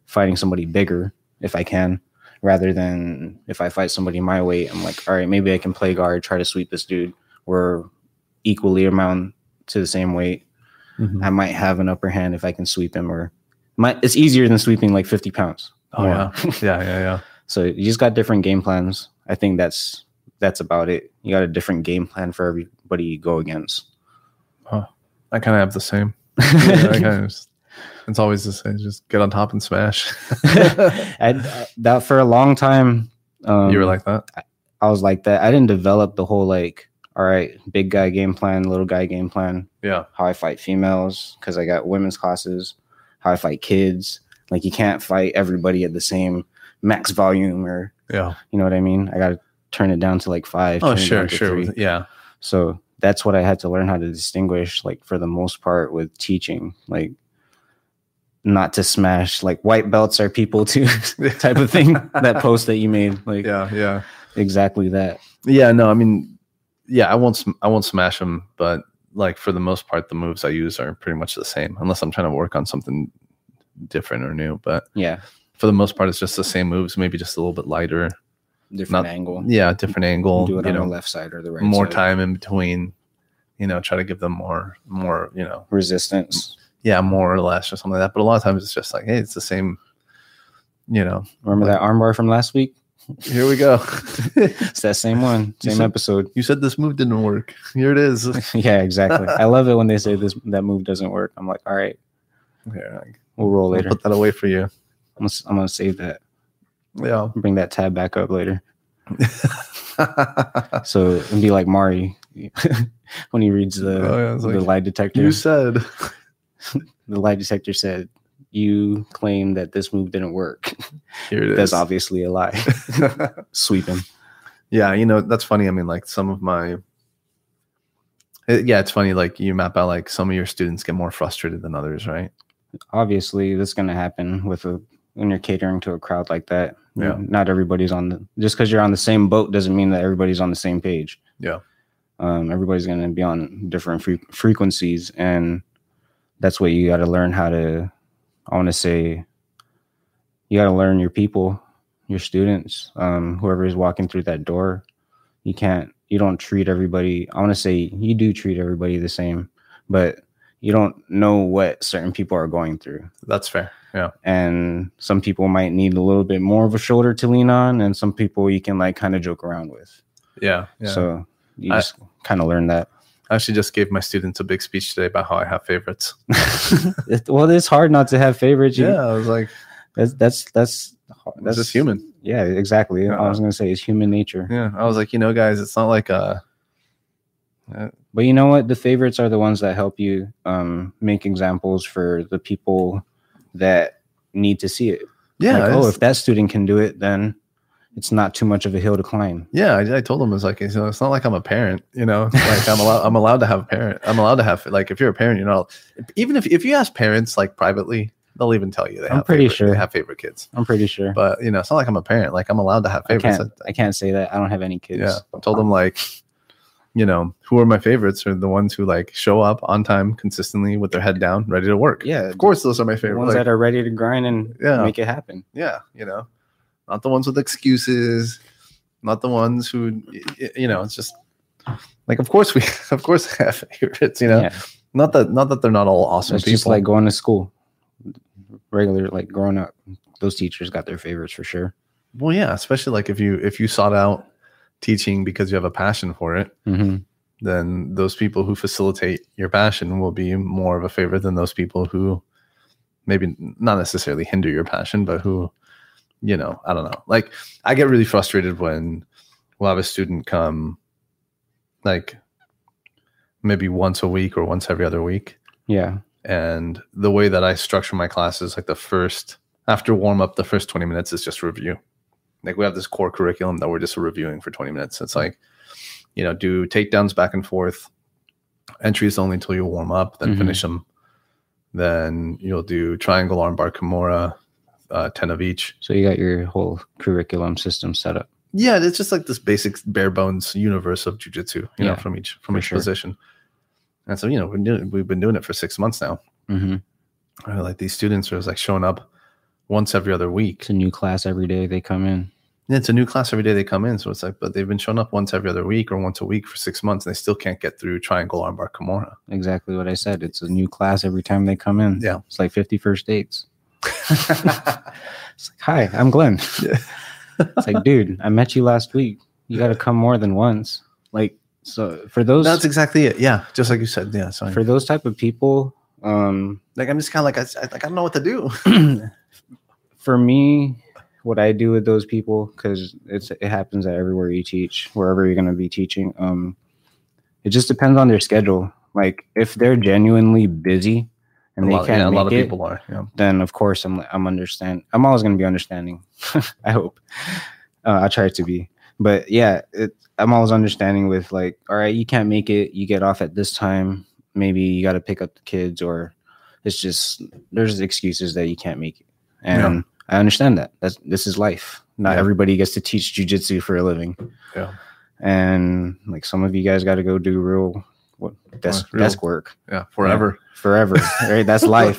Speaker 2: fighting somebody bigger if I can rather than if I fight somebody my weight I'm like all right maybe I can play guard try to sweep this dude we're equally amount to the same weight
Speaker 1: mm-hmm.
Speaker 2: I might have an upper hand if I can sweep him or my, it's easier than sweeping like 50 pounds
Speaker 1: oh yeah (laughs) yeah yeah yeah
Speaker 2: so you just got different game plans. I think that's that's about it. You got a different game plan for everybody you go against.
Speaker 1: i kind of have the (laughs) same Yeah, I
Speaker 2: I,
Speaker 1: kinda just- it's always the same just get on top and smash (laughs)
Speaker 2: (laughs) I- uh, that for a long time, um,
Speaker 1: you were like that
Speaker 2: I was like that. I didn't develop the whole like, all right, big guy game plan, little guy game plan.
Speaker 1: yeah
Speaker 2: How I fight females because I got women's classes. How I fight kids. Like you can't fight everybody at the same max volume, or
Speaker 1: yeah
Speaker 2: you know what I mean. I got to turn it down to like five.
Speaker 1: oh
Speaker 2: turn it
Speaker 1: sure
Speaker 2: down to
Speaker 1: sure
Speaker 2: three.
Speaker 1: yeah
Speaker 2: So that's what I had to learn how to distinguish, like for the most part, with teaching, like not to smash like white belts are people too (laughs) type of thing.
Speaker 1: (laughs)
Speaker 2: that post that you made, like
Speaker 1: yeah yeah
Speaker 2: exactly that.
Speaker 1: yeah no i mean yeah i won't sm- i won't smash them but like for the most part the moves i use are pretty much the same unless i'm trying to work on something different or new but
Speaker 2: Yeah,
Speaker 1: for the most part, it's just the same moves, maybe just a little bit lighter.
Speaker 2: different
Speaker 1: Not-
Speaker 2: angle.
Speaker 1: Yeah, different angle.
Speaker 2: Do it
Speaker 1: you
Speaker 2: on
Speaker 1: know,
Speaker 2: the left side or the right.
Speaker 1: more
Speaker 2: side.
Speaker 1: time in between. You know, try to give them more, more. You know,
Speaker 2: resistance.
Speaker 1: yeah, more or less or something like that. But a lot of times it's just like, hey, it's the same, you know.
Speaker 2: Remember that armbar from last week?
Speaker 1: Here we go. (laughs)
Speaker 2: It's that same one,
Speaker 1: You
Speaker 2: same
Speaker 1: said-
Speaker 2: episode. (laughs)
Speaker 1: you said this move didn't work. Here it is.
Speaker 2: yeah, exactly. I love it when they say this that move doesn't work. I'm like, all right,
Speaker 1: Here,
Speaker 2: we'll roll
Speaker 1: I'll
Speaker 2: later.
Speaker 1: put that away for you.
Speaker 2: I'm gonna, s- I'm gonna save that. (laughs)
Speaker 1: Yeah.
Speaker 2: Bring that tab back up later.
Speaker 1: Oh,
Speaker 2: So it'd be like Mari (laughs) when he reads the
Speaker 1: Oh, yeah, it's
Speaker 2: the
Speaker 1: like,
Speaker 2: lie detector.
Speaker 1: you said. (laughs)
Speaker 2: the lie detector said you claim that this move didn't work. (laughs)
Speaker 1: Here it
Speaker 2: That's
Speaker 1: is.
Speaker 2: obviously a
Speaker 1: (laughs)
Speaker 2: lie. (laughs) Sweep him.
Speaker 1: yeah, you know that's funny. I mean, like some of my. It- yeah, it's funny. Like you map out like some of your students get more frustrated than others, right?
Speaker 2: obviously that's going to happen with a when you're catering to a crowd like that You
Speaker 1: Yeah.
Speaker 2: know, not everybody's on the just because you're on the same boat doesn't mean that everybody's on the same page
Speaker 1: Yeah.
Speaker 2: um, everybody's going to be on different fre- frequencies and that's what you got to learn how to i want to say you got to learn your people your students um, whoever is walking through that door you can't you don't treat everybody i want to say you do treat everybody the same but you don't know what certain people are going through
Speaker 1: That's fair. Yeah,
Speaker 2: and some people might need a little bit more of a shoulder to lean on and some people you can like kind of joke around with
Speaker 1: yeah. yeah.
Speaker 2: so you
Speaker 1: I-
Speaker 2: just kind of
Speaker 1: (laughs)
Speaker 2: learn that
Speaker 1: I actually just gave my students a big speech today about how I have favorites.
Speaker 2: It- well it's hard not to have favorites you-
Speaker 1: I was like,
Speaker 2: that's that's that's
Speaker 1: that's just human.
Speaker 2: yeah exactly i
Speaker 1: Yeah.
Speaker 2: was gonna say it's human nature
Speaker 1: Yeah, I was like, you know, guys, it's not like uh
Speaker 2: but you know what the favorites are the ones that help you um make examples for the people that need to see it
Speaker 1: yeah,
Speaker 2: like, oh
Speaker 1: it's-
Speaker 2: if that student can do it then it's not too much of a hill to climb
Speaker 1: Yeah, I, I told him it's like it's, it's not like I'm a parent, you know. Like I'm allowed, I'm allowed to have a parent. I'm allowed to have like if you're a parent, you're not. Even if if you ask parents like privately, they'll even tell you they
Speaker 2: I'm
Speaker 1: have
Speaker 2: pretty
Speaker 1: favorite,
Speaker 2: sure.
Speaker 1: they have favorite kids.
Speaker 2: i'm pretty sure
Speaker 1: But you know, it's not like I'm a parent. Like I'm allowed to have
Speaker 2: I
Speaker 1: favorites.
Speaker 2: can't. I can't say that. I don't have any kids. Um,
Speaker 1: yeah, I told them like, you know, who are my favorites are the ones who like show up on time consistently with their head down, ready to work.
Speaker 2: Yeah,
Speaker 1: of course, those are my
Speaker 2: the
Speaker 1: favorite.
Speaker 2: ones
Speaker 1: Like,
Speaker 2: that are ready to grind and
Speaker 1: Yeah.
Speaker 2: make it happen.
Speaker 1: yeah, you know, not the ones with excuses, not the ones who, y- y- you know, it's just like, of course we, (laughs) of course I have favorites, you know,
Speaker 2: Yeah.
Speaker 1: not that, not that they're not all awesome
Speaker 2: it's
Speaker 1: people.
Speaker 2: just like going to school, regular like growing up. Those teachers got their favorites for sure.
Speaker 1: well, yeah, especially like if you, if you sought out teaching because you have a passion for it,
Speaker 2: Mm-hmm.
Speaker 1: then those people who facilitate your passion will be more of a favorite than those people who maybe not necessarily hinder your passion, but who, you know, I don't know. Like I get really frustrated when we'll have a student come like maybe once a week or once every other week.
Speaker 2: Yeah,
Speaker 1: And the way that I structure my classes, like the first after warm up, the first 20 minutes is just review. Like we have this core curriculum that we're just reviewing for 20 minutes. It's like, you know, do takedowns back and forth, entries only until you warm up, then
Speaker 2: Mhm.
Speaker 1: finish them. Then you'll do triangle armbar kimura, uh, 10 of each.
Speaker 2: so you got your whole curriculum system set up.
Speaker 1: Yeah, it's just like this basic bare bones universe of jujitsu, you know,
Speaker 2: Yeah,
Speaker 1: from each from
Speaker 2: for
Speaker 1: each
Speaker 2: sure.
Speaker 1: position. And so, you know, we've been- we've been doing it for six months now.
Speaker 2: Mm-hmm.
Speaker 1: Uh, like these students are like showing up once every other week.
Speaker 2: It's a new class every day. They come in.
Speaker 1: And it's a new class every day they come in, so it's like, but they've been showing up once every other week or once a week for six months, and they still can't get through triangle armbar
Speaker 2: (laughs)
Speaker 1: kimura.
Speaker 2: Exactly what I said. It's a new class every time they come in.
Speaker 1: Yeah.
Speaker 2: it's like fifty first dates. It's like, hi, I'm Glenn.
Speaker 1: (laughs) Yeah.
Speaker 2: it's like, dude, I met you last week. You got to come more than once. Like, so for those
Speaker 1: That's exactly it. Yeah, just like you said. Yeah, sorry.
Speaker 2: for those type of people, um,
Speaker 1: like I'm just kind of like I, I like I don't know what to do.
Speaker 2: (clears throat)
Speaker 1: (laughs)
Speaker 2: for me, what I do with those people because it's it happens at everywhere you teach, wherever you're gonna be teaching. Um, it just depends on their schedule. Like, if they're genuinely busy and
Speaker 1: a
Speaker 2: they
Speaker 1: lot,
Speaker 2: can't
Speaker 1: yeah, a
Speaker 2: make
Speaker 1: lot of
Speaker 2: it,
Speaker 1: people are. Yeah,
Speaker 2: then of course I'm I'm understand. I'm always gonna be understanding. (laughs) I hope. Uh, I try to be, but yeah, it, I'm always understanding with like, all right, you can't make it. You get off at this time. Maybe you got to pick up the kids, or it's just there's excuses that you can't make it, and I understand that. That's this is life. Not
Speaker 1: Yeah.
Speaker 2: everybody gets to teach jujitsu for a living.
Speaker 1: Yeah.
Speaker 2: and like some of you guys got to go do real what desk
Speaker 1: real-
Speaker 2: desk work
Speaker 1: yeah, forever.
Speaker 2: forever. Right,
Speaker 1: (laughs)
Speaker 2: that's life.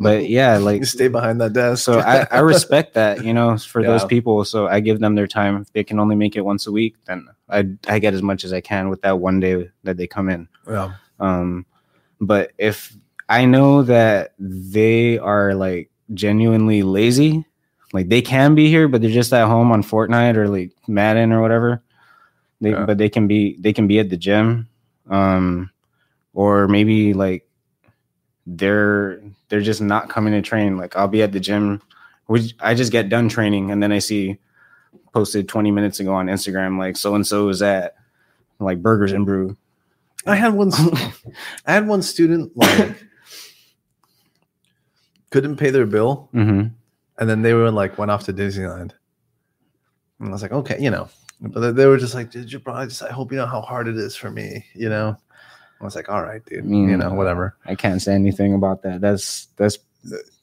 Speaker 2: But yeah, like
Speaker 1: you stay behind that desk. (laughs)
Speaker 2: so I, I respect that, you know, for those
Speaker 1: Yeah.
Speaker 2: people. So I give them their time. If they can only make it once a week, then I I get as much as I can with that one day that they come in.
Speaker 1: yeah,
Speaker 2: Um, but if I know that they are like genuinely lazy. Like they can be here, but they're just at home on Fortnite or like Madden or whatever. They,
Speaker 1: Yeah.
Speaker 2: But they can be they can be at the gym, um, or maybe like they're they're just not coming to train. Like I'll be at the gym, which I just get done training, and then I see posted twenty minutes ago on Instagram like so and so is at like Burgers and Brew.
Speaker 1: I had one.
Speaker 2: (laughs)
Speaker 1: s- I had one student like couldn't pay their bill,
Speaker 2: Mm-hmm.
Speaker 1: and then they were like went off to Disneyland, and I was like, okay, you know, but they- they were just like, did you? bro, I just I hope you know how hard it is for me, you know. I was like, all right, dude, you
Speaker 2: Mm.
Speaker 1: know, whatever.
Speaker 2: I can't say anything about that. That's that's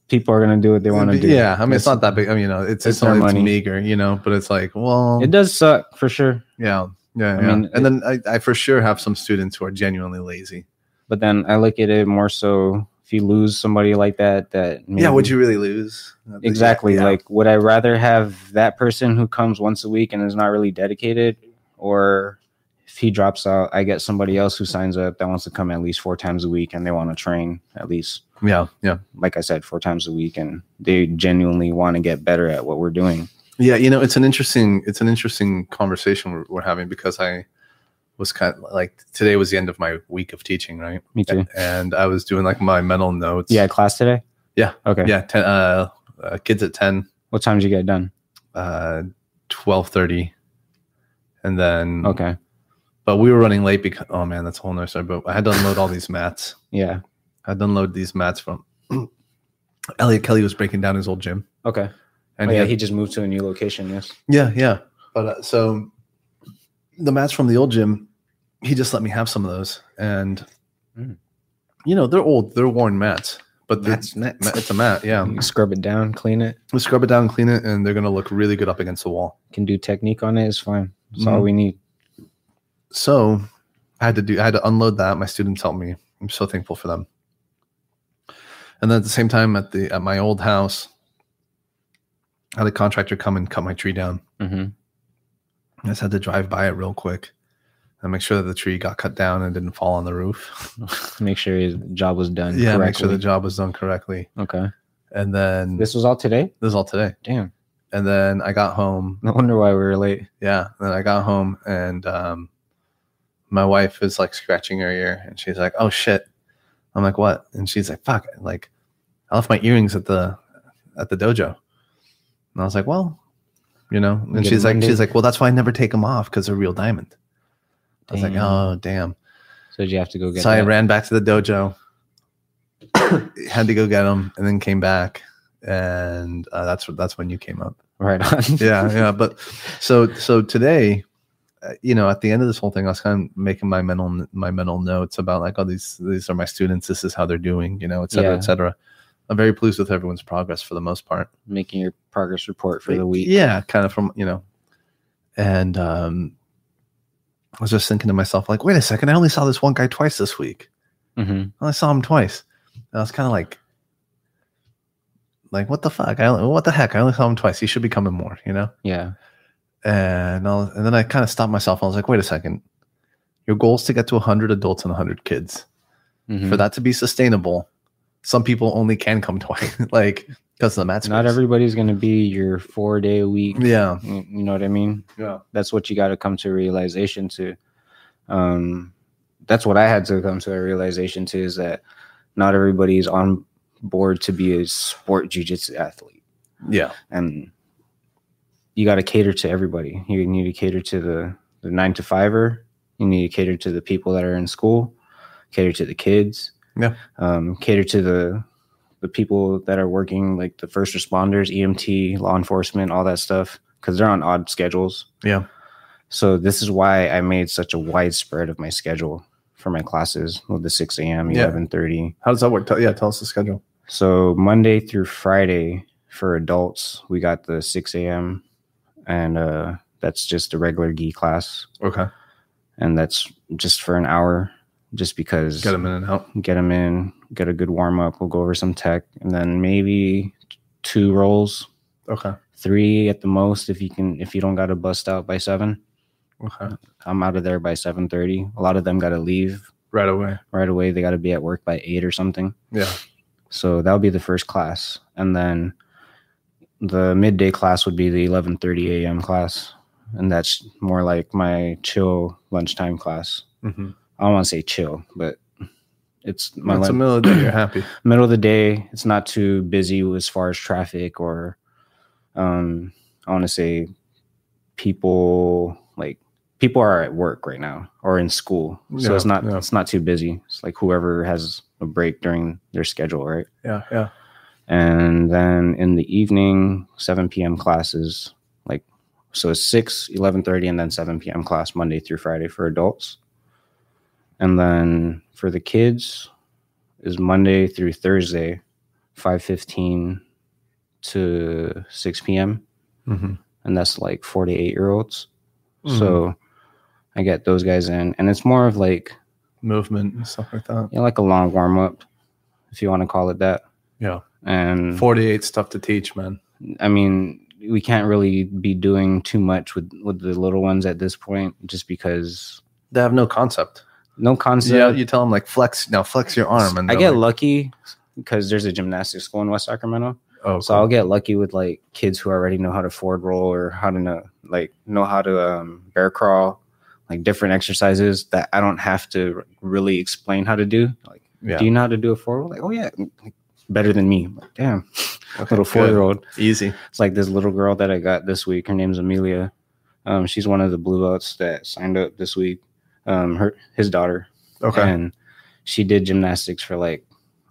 Speaker 2: people are gonna do what they want to do.
Speaker 1: yeah, I mean, it's
Speaker 2: It's-
Speaker 1: not that big. I mean, you know, it's it's,
Speaker 2: it's their
Speaker 1: only, it's
Speaker 2: money.
Speaker 1: meager, you know, but it's like, well,
Speaker 2: it does suck for sure.
Speaker 1: yeah, yeah,
Speaker 2: I
Speaker 1: yeah.
Speaker 2: mean,
Speaker 1: and then I, I for sure have some students who are genuinely lazy.
Speaker 2: But then I look at it more so if you lose somebody like that, that
Speaker 1: Yeah,
Speaker 2: maybe-
Speaker 1: would you really lose?
Speaker 2: exactly
Speaker 1: Yeah.
Speaker 2: like would I rather have that person who comes once a week and is not really dedicated, or if he drops out, I get somebody else who signs up that wants to come at least four times a week and they want to train at least
Speaker 1: yeah, yeah,
Speaker 2: like I said four times a week and they genuinely want to get better at what we're doing.
Speaker 1: yeah. You know, it's an interesting it's an interesting conversation we're, we're having because I was kind of like today was the end of my week of teaching, right?
Speaker 2: Me too.
Speaker 1: And I was doing like my mental notes.
Speaker 2: Yeah, class today.
Speaker 1: Yeah.
Speaker 2: Okay.
Speaker 1: yeah. Ten, uh, uh, kids at ten,
Speaker 2: What time did you get done?
Speaker 1: uh, twelve thirty, and then
Speaker 2: Okay.
Speaker 1: but we were running late because oh man, that's a whole nother story. But I had to unload all these mats.
Speaker 2: Yeah.
Speaker 1: I had to unload these mats from (clears throat) Elliot Kelly was breaking down his old gym,
Speaker 2: Okay.
Speaker 1: and
Speaker 2: Oh,
Speaker 1: he
Speaker 2: yeah,
Speaker 1: had-
Speaker 2: he just moved to a new location. Yes.
Speaker 1: yeah, yeah. But uh, so the mats from the old gym, he just let me have some of those, and Hmm.
Speaker 2: Mm.
Speaker 1: you know they're old, they're worn mats, but they're-
Speaker 2: net.
Speaker 1: ma- it's a mat, yeah.
Speaker 2: Scrub it down, clean it.
Speaker 1: We scrub it down, clean it, and they're gonna look really good up against the wall.
Speaker 2: Can do technique on it. It's fine. That's all
Speaker 1: Mhm.
Speaker 2: we need.
Speaker 1: so I had to do I had to unload that. My students helped me. I'm so thankful for them. And then at the same time at the at my old house, I had a contractor come and cut my tree down.
Speaker 2: Mm-hmm.
Speaker 1: I just had to drive by it real quick and make sure that the tree got cut down and didn't fall on the roof. (laughs)
Speaker 2: Make sure his job was done.
Speaker 1: yeah,
Speaker 2: correctly.
Speaker 1: make sure the job was done correctly.
Speaker 2: okay.
Speaker 1: And then this,
Speaker 2: This was all today.
Speaker 1: is all today.
Speaker 2: Damn.
Speaker 1: And then I got home.
Speaker 2: No wonder why we were late.
Speaker 1: Yeah. Then I got home and um my wife is like scratching her ear and she's like, Oh shit. I'm like, what? And she's like, fuck, like I left my earrings at the at the dojo. And I was like, Well, you know, and
Speaker 2: Get 'em
Speaker 1: she's like,
Speaker 2: Monday.
Speaker 1: she's like, Well, that's why I never take them off because they're real diamond. I was like,
Speaker 2: Damn.
Speaker 1: Oh damn.
Speaker 2: So did you have to go get.
Speaker 1: So I
Speaker 2: that?
Speaker 1: ran back to the dojo, had to go get them, and then came back. And uh, that's that's when you came up
Speaker 2: right on.
Speaker 1: (laughs) yeah yeah but so so today uh, you know at the end of this whole thing i was kind of making my mental my mental notes about like oh these these are my students this is how they're doing you know et cetera
Speaker 2: Yeah.
Speaker 1: et cetera i'm very pleased with everyone's progress for the most part
Speaker 2: (laughs) Making your progress report for the week.
Speaker 1: yeah kind of from you know and um i was just thinking to myself like wait a second i only saw this one guy twice this week
Speaker 2: Mm-hmm.
Speaker 1: i only saw him twice and i was kind of like like what the fuck i only- what the heck i only saw him twice he should be coming more you know
Speaker 2: Yeah.
Speaker 1: and I'll, and then I kind of stopped myself. I was like, wait a second. Your goal is to get to 100 adults and 100 kids.
Speaker 2: Mhm.
Speaker 1: For that to be sustainable, some people only can come (laughs) twice, like because of the mat space.
Speaker 2: Not everybody's gonna be your four day a week.
Speaker 1: Yeah,
Speaker 2: You you know what I mean?
Speaker 1: yeah,
Speaker 2: that's what you got to come to a realization to um that's what i had to come to a realization to is that not everybody's on board to be a sport jiu-jitsu athlete
Speaker 1: yeah,
Speaker 2: and you got to cater to everybody you need to cater to the the nine to fiver you need to cater to the people that are in school cater to the kids
Speaker 1: Yeah.
Speaker 2: um cater to the the people that are working like the first responders emt law enforcement all that stuff because they're on odd schedules
Speaker 1: yeah,
Speaker 2: so this is why I made such a wide spread of my schedule for my classes with the 6 a.m.,
Speaker 1: Yeah.
Speaker 2: 11.30.
Speaker 1: How does that work? Tell, yeah, tell us the schedule.
Speaker 2: So Monday through Friday for adults, we got the 6 a.m. And uh, that's just a regular gi class.
Speaker 1: Okay,
Speaker 2: And that's just for an hour, just because
Speaker 1: get them in and out.
Speaker 2: get them in, get a good warm up. We'll go over some tech and then maybe two rolls,
Speaker 1: Okay,
Speaker 2: three at the most if you can, if you don't got to bust out by seven.
Speaker 1: okay,
Speaker 2: I'm out of there by 7:30. A lot of them got to leave
Speaker 1: right away.
Speaker 2: right away. They got to be at work by eight or something.
Speaker 1: Yeah.
Speaker 2: So that would be the first class, and then the midday class would be the eleven thirty a.m. class, and that's more like my chill lunchtime class.
Speaker 1: Mm-hmm.
Speaker 2: I don't want to say chill, but it's my
Speaker 1: It's a
Speaker 2: lun-
Speaker 1: middle of the day. You're happy.
Speaker 2: middle of the day. It's not too busy as far as traffic or, um, I want to say, people like people are at work right now or in school, so
Speaker 1: Yeah,
Speaker 2: it's not
Speaker 1: yeah.
Speaker 2: it's not too busy. It's like whoever has a break during their schedule, right?
Speaker 1: Yeah. Yeah.
Speaker 2: And then in the evening, seven p.m. classes, like so it's 6 11.30 and then 7 p.m class monday through friday for adults and then for the kids is monday through thursday 5.15 to 6 p.m
Speaker 1: Mm-hmm.
Speaker 2: and that's like 48 year olds so i get those guys in and it's more of like
Speaker 1: movement and stuff like that.
Speaker 2: you know, like a long warm up if you want to call it that
Speaker 1: Yeah.
Speaker 2: and
Speaker 1: 48 stuff to teach, man.
Speaker 2: I mean, we can't really be doing too much with with the little ones at this point, just because
Speaker 1: They have no concept.
Speaker 2: no
Speaker 1: yeah.
Speaker 2: concept.
Speaker 1: You tell them like flex now, flex your arm, and
Speaker 2: I
Speaker 1: they're
Speaker 2: get
Speaker 1: like,
Speaker 2: lucky because there's a gymnastics school in West Sacramento,
Speaker 1: oh,
Speaker 2: so I'll get lucky with like kids who already know how to forward roll or how to know like know how to um, bear crawl, like different exercises that I don't have to really explain how to do. Like,
Speaker 1: yeah,
Speaker 2: do you know how to do a forward roll? Like, oh yeah, better than me. Like, damn,
Speaker 1: Okay,
Speaker 2: little
Speaker 1: good.
Speaker 2: four year old.
Speaker 1: easy.
Speaker 2: It's like this little girl that I got this week. Her name's Amelia. Um, she's one of the blue belts that signed up this week. Um, her his daughter,
Speaker 1: Okay,
Speaker 2: and she did gymnastics for like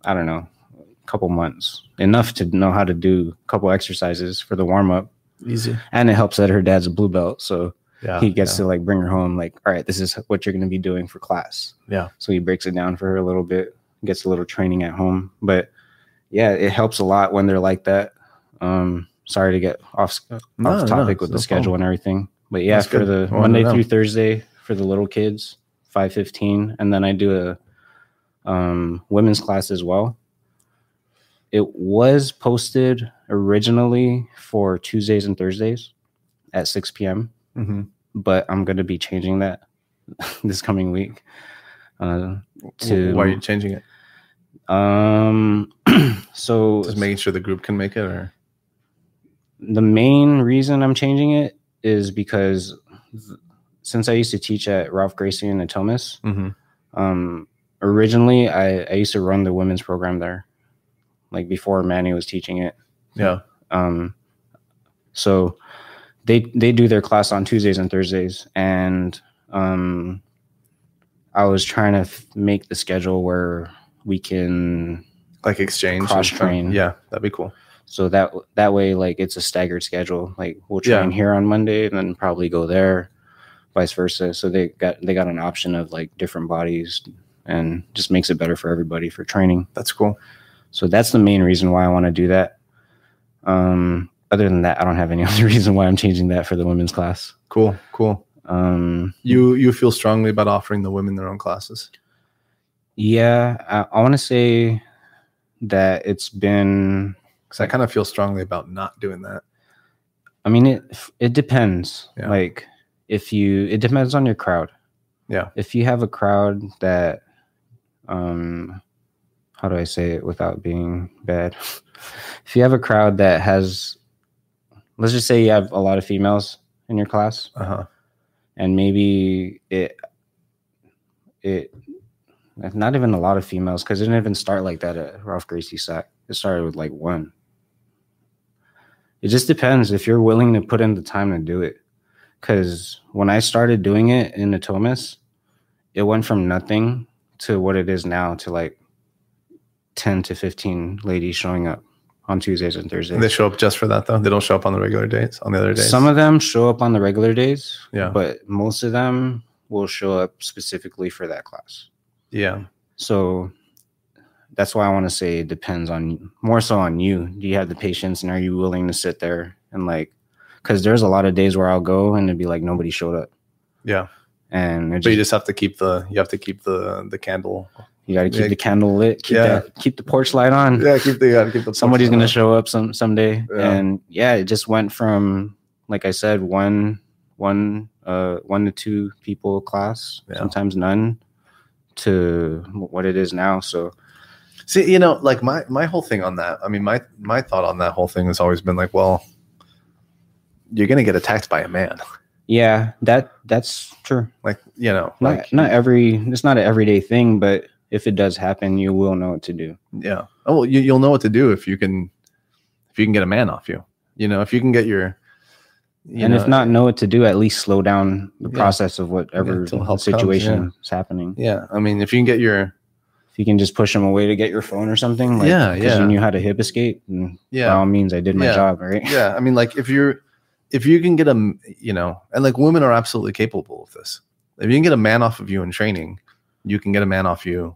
Speaker 2: I don't know, a couple months, enough to know how to do a couple exercises for the warm up,
Speaker 1: easy.
Speaker 2: and it helps that her dad's a blue belt, so
Speaker 1: Yeah,
Speaker 2: he gets
Speaker 1: yeah.
Speaker 2: to like bring her home. Like, all right, this is what you're going to be doing for class.
Speaker 1: Yeah.
Speaker 2: So he breaks it down for her a little bit, gets a little training at home, but yeah, it helps a lot when they're like that. Um, sorry to get off
Speaker 1: No,
Speaker 2: off
Speaker 1: no,
Speaker 2: topic
Speaker 1: it's
Speaker 2: with
Speaker 1: no
Speaker 2: the schedule
Speaker 1: problem.
Speaker 2: and everything. But yeah,
Speaker 1: That's
Speaker 2: for
Speaker 1: good. I wanted
Speaker 2: the
Speaker 1: to
Speaker 2: Monday
Speaker 1: know.
Speaker 2: through Thursday for the little kids, five fifteen, and then I do a um, women's class as well. It was posted originally for Tuesdays and Thursdays at six p.m.,
Speaker 1: Mhm.
Speaker 2: but I'm going to be changing that (laughs) this coming week. Uh,
Speaker 1: W-
Speaker 2: to
Speaker 1: Why are you changing it?
Speaker 2: um, (clears throat) so
Speaker 1: Just making sure the group can make it, or
Speaker 2: the main reason I'm changing it is because th- since I used to teach at Ralph Gracie and Atomas,
Speaker 1: Mhm.
Speaker 2: um, originally I, I used to run the women's program there, like before Manny was teaching it.
Speaker 1: yeah,
Speaker 2: Um, so they they do their class on Tuesdays and Thursdays, and um, I was trying to f- make the schedule where we can
Speaker 1: like exchange, and
Speaker 2: Cross
Speaker 1: stuff.
Speaker 2: train.
Speaker 1: Yeah, that'd be cool.
Speaker 2: so that that way like it's a staggered schedule like we'll train here on monday and then probably go there vice versa so they got they got an option of like different bodies and just makes it better for everybody for training
Speaker 1: That's cool.
Speaker 2: so that's the main reason why i want to do that um other than that i don't have any (laughs) other reason why i'm changing that for the women's class
Speaker 1: Cool, cool.
Speaker 2: um
Speaker 1: You you feel strongly about offering the women their own classes.
Speaker 2: yeah i, I want to say that it's been
Speaker 1: Because I kind of feel strongly about not doing that.
Speaker 2: I mean, it it depends.
Speaker 1: Yeah.
Speaker 2: Like if you, it depends on your crowd.
Speaker 1: Yeah.
Speaker 2: If you have a crowd that, um, how do I say it without being bad? if you have a crowd that has, let's just say you have a lot of females in your class,
Speaker 1: Uh huh.
Speaker 2: and maybe it, it, not even a lot of females because it didn't even start like that at Ralph Gracie Sack. It started with like one. It just depends if you're willing to put in the time to do it. Because when I started doing it in Atomas, it went from nothing to what it is now to like 10 to 15 ladies showing up on Tuesdays and Thursdays.
Speaker 1: They show up just for that though. They don't show up on the regular dates. On the other days,
Speaker 2: Some of them show up on the regular days,
Speaker 1: Yeah.
Speaker 2: but most of them will show up specifically for that class.
Speaker 1: yeah,
Speaker 2: So that's why I want to say it depends on more so on you. Do you have the patience and are you willing to sit there and like, because there's a lot of days where I'll go and it'd be like nobody showed up.
Speaker 1: yeah.
Speaker 2: And it
Speaker 1: But you just
Speaker 2: just,
Speaker 1: have to keep the you have to keep the the candle.
Speaker 2: you got to keep
Speaker 1: yeah.
Speaker 2: the candle lit, keep,
Speaker 1: Yeah.
Speaker 2: that, keep the porch light
Speaker 1: (laughs)
Speaker 2: on.
Speaker 1: Yeah, keep the yeah, keep the.
Speaker 2: Somebody's going to show up some someday.
Speaker 1: Yeah.
Speaker 2: And yeah, it just went from, like I said, one, one, uh, one to two people class,
Speaker 1: Yeah.
Speaker 2: sometimes none, to what it is now. So
Speaker 1: See, you know, like my my whole thing on that. I mean, my my thought on that whole thing has always been like, well, you're gonna get attacked by a man.
Speaker 2: yeah, that that's true.
Speaker 1: Like, you know,
Speaker 2: Not
Speaker 1: like
Speaker 2: not every it's not an everyday thing, but if it does happen, you will know what to do.
Speaker 1: yeah. Oh, well, you, you'll know what to do if you can if you can get a man off you. You know, if you can get your you
Speaker 2: and
Speaker 1: know,
Speaker 2: if not know what to do, at least slow down the
Speaker 1: Yeah.
Speaker 2: process of whatever
Speaker 1: Until help
Speaker 2: situation
Speaker 1: comes,
Speaker 2: is happening.
Speaker 1: yeah. I mean, if you can get your
Speaker 2: If you can just push them away to get your phone or something, like,
Speaker 1: yeah,
Speaker 2: 'cause you
Speaker 1: yeah,
Speaker 2: knew how to hip escape, and by
Speaker 1: yeah,
Speaker 2: all means, I did my
Speaker 1: Yeah.
Speaker 2: job, right?
Speaker 1: (laughs)
Speaker 2: (laughs)
Speaker 1: yeah. I mean, like if you're if you can get a m- you know, and like women are absolutely capable of this. If you can get a man off of you in training, you can get a man off you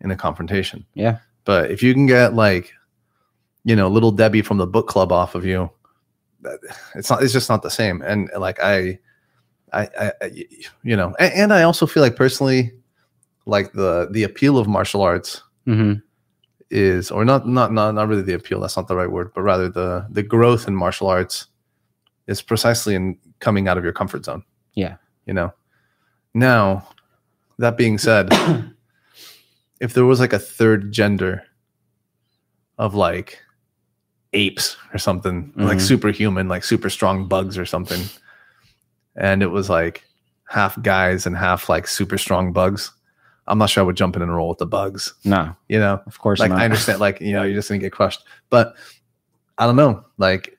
Speaker 1: in a confrontation.
Speaker 2: Yeah.
Speaker 1: But if you can get like, you know, little Debbie from the book club off of you, that- it's not. It's just not the same. And like I, I, I, I you know, and, and I also feel like personally, like the the appeal of martial arts
Speaker 2: hmm
Speaker 1: Mm-hmm. is or not not not not really the appeal that's not the right word but rather the the growth in martial arts is precisely in coming out of your comfort zone
Speaker 2: Yeah.
Speaker 1: you know now that being said if there was like a third gender of like apes or something like
Speaker 2: Mhm.
Speaker 1: superhuman like super strong bugs or something and it was like half guys and half like super strong bugs i'm not sure i would jump in and roll with the bugs
Speaker 2: No,
Speaker 1: you know
Speaker 2: of course
Speaker 1: like
Speaker 2: not.
Speaker 1: I understand, like you know, you're just gonna get crushed. But I don't know, like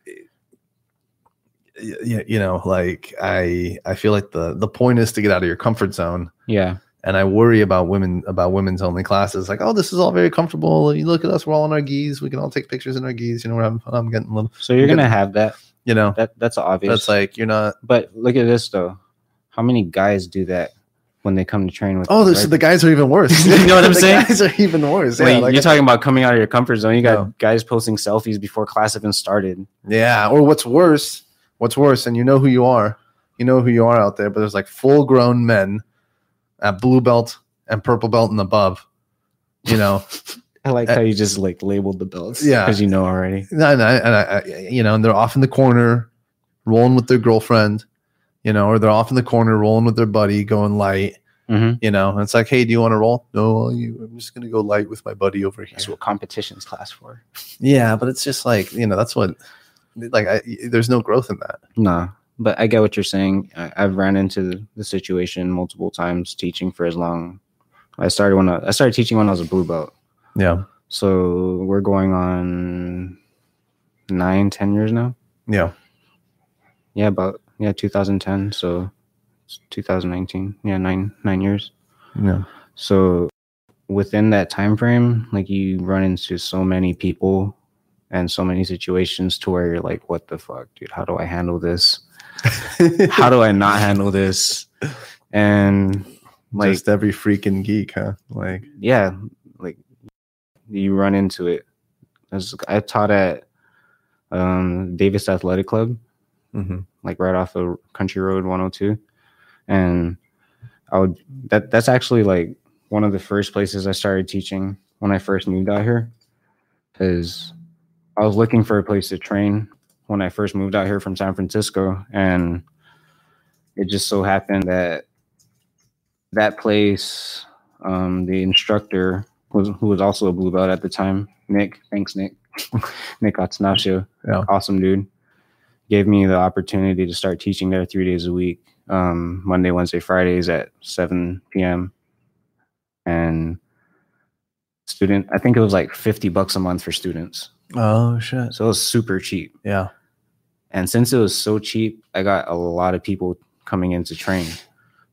Speaker 1: you, you know, like I I feel like the the point is to get out of your comfort zone,
Speaker 2: (laughs) yeah,
Speaker 1: and I worry about women about women's only classes. Like, oh, this is all very comfortable. You look at us, we're all in our geese. We can all take pictures in our geese. You know, we're having fun. I'm getting a little,
Speaker 2: so you're
Speaker 1: Good.
Speaker 2: gonna have that.
Speaker 1: you know,
Speaker 2: That that's obvious.
Speaker 1: that's like you're not.
Speaker 2: but look at this though. How many guys do that when they come to train with?
Speaker 1: Oh,
Speaker 2: you,
Speaker 1: so
Speaker 2: right?
Speaker 1: the guys are even (laughs) worse.
Speaker 2: You know what I'm
Speaker 1: The
Speaker 2: saying?
Speaker 1: Guys are even worse.
Speaker 2: Wait,
Speaker 1: Yeah, like-
Speaker 2: you're talking about coming out of your comfort zone. You got
Speaker 1: No.
Speaker 2: guys posting selfies before class even started.
Speaker 1: Yeah, or what's worse, what's worse, and you know who you are, you know who you are out there, but there's like full grown men at blue belt and purple belt and above. You know, (laughs)
Speaker 2: I like
Speaker 1: Uh,
Speaker 2: how you just like labeled the belts.
Speaker 1: yeah.
Speaker 2: because you know already.
Speaker 1: and I, and I, and I- you know, and they're off in the corner, rolling with their girlfriend, you know, or they're off in the corner rolling with their buddy, going light,
Speaker 2: Mhm.
Speaker 1: you know. And it's like, hey, do you want to roll? No, you, I'm just gonna go light with my buddy over here.
Speaker 2: That's what competitions class for.
Speaker 1: Yeah, but it's just like you know, that's what, like, I, there's no growth in that.
Speaker 2: Nah, but I get what you're saying. I, I've ran into the, the situation multiple times teaching for as long. I started when I, I started teaching when I was a blue belt.
Speaker 1: Yeah,
Speaker 2: So we're going on nine, ten years now.
Speaker 1: yeah,
Speaker 2: Yeah, about yeah, 2010. So it's 2019. Yeah, nine nine years.
Speaker 1: yeah,
Speaker 2: So within that time frame, like you run into so many people and so many situations to where you're like, what the fuck, dude? How do I handle this? (laughs) How do I not handle this? And like
Speaker 1: just every freaking geek, huh? Like,
Speaker 2: yeah, like you run into it. As I taught at um, Davis Athletic Club,
Speaker 1: mhm.
Speaker 2: like right off of Country Road 102, and I would that that's actually like one of the first places I started teaching when I first moved out here, because I was looking for a place to train when I first moved out here from San Francisco, and it just so happened that that place, um, the instructor was who was also a blue belt at the time, Nick. Thanks, Nick. (laughs) Nick Atsunasio,
Speaker 1: Yeah.
Speaker 2: awesome dude, gave me the opportunity to start teaching there three days a week, um, Monday, Wednesday, Fridays at seven p.m. And student, I think it was like fifty bucks a month for students,
Speaker 1: oh shit,
Speaker 2: so it was super cheap.
Speaker 1: yeah,
Speaker 2: And since it was so cheap, I got a lot of people coming in to train.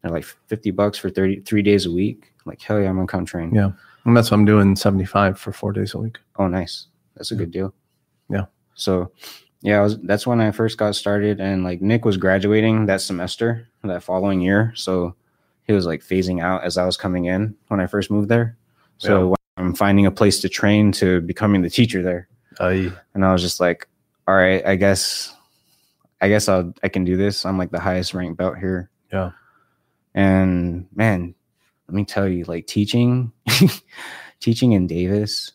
Speaker 2: They're like 50 bucks for 30, three days a week. Like, hell yeah, I'm going to come train.
Speaker 1: Yeah. and that's what I'm doing. Seventy five for four days a week.
Speaker 2: Oh, nice. That's a good deal.
Speaker 1: Yeah.
Speaker 2: So, yeah, I was, that's when I first got started. And like Nick was graduating that semester, that following year. So he was like phasing out as I was coming in when I first moved there. So I'm finding a place to train to becoming the teacher there.
Speaker 1: I
Speaker 2: and I was just like, all right, I guess, I guess I'll I can do this. I'm like the highest ranked belt here.
Speaker 1: Yeah.
Speaker 2: And man, let me tell you, like teaching, (laughs) teaching in Davis.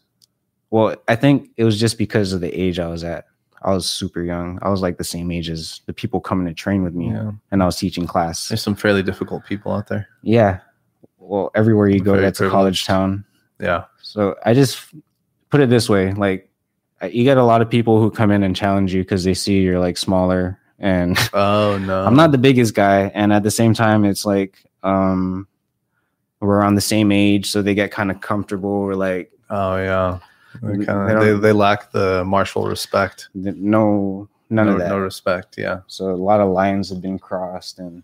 Speaker 2: Well, I think it was just because of the age I was at. I was super young. I was like the same age as the people coming to train with me,
Speaker 1: yeah,
Speaker 2: and I was teaching class.
Speaker 1: there's some fairly difficult people out there.
Speaker 2: Yeah. well everywhere you go
Speaker 1: Very
Speaker 2: that's a college town
Speaker 1: Yeah.
Speaker 2: so i just put it this way like you get a lot of people who come in and challenge you because they see you're like smaller and (laughs)
Speaker 1: Oh no.
Speaker 2: I'm not the biggest guy, and at the same time, it's like um, we're around the same age, so they get kind of comfortable. We're like,
Speaker 1: Oh yeah. They,
Speaker 2: They
Speaker 1: kinda,
Speaker 2: don't-
Speaker 1: they, they lack the martial respect.
Speaker 2: th- no, none
Speaker 1: no,
Speaker 2: of that.
Speaker 1: no respect. (laughs) Yeah.
Speaker 2: So a lot of lines have been crossed, and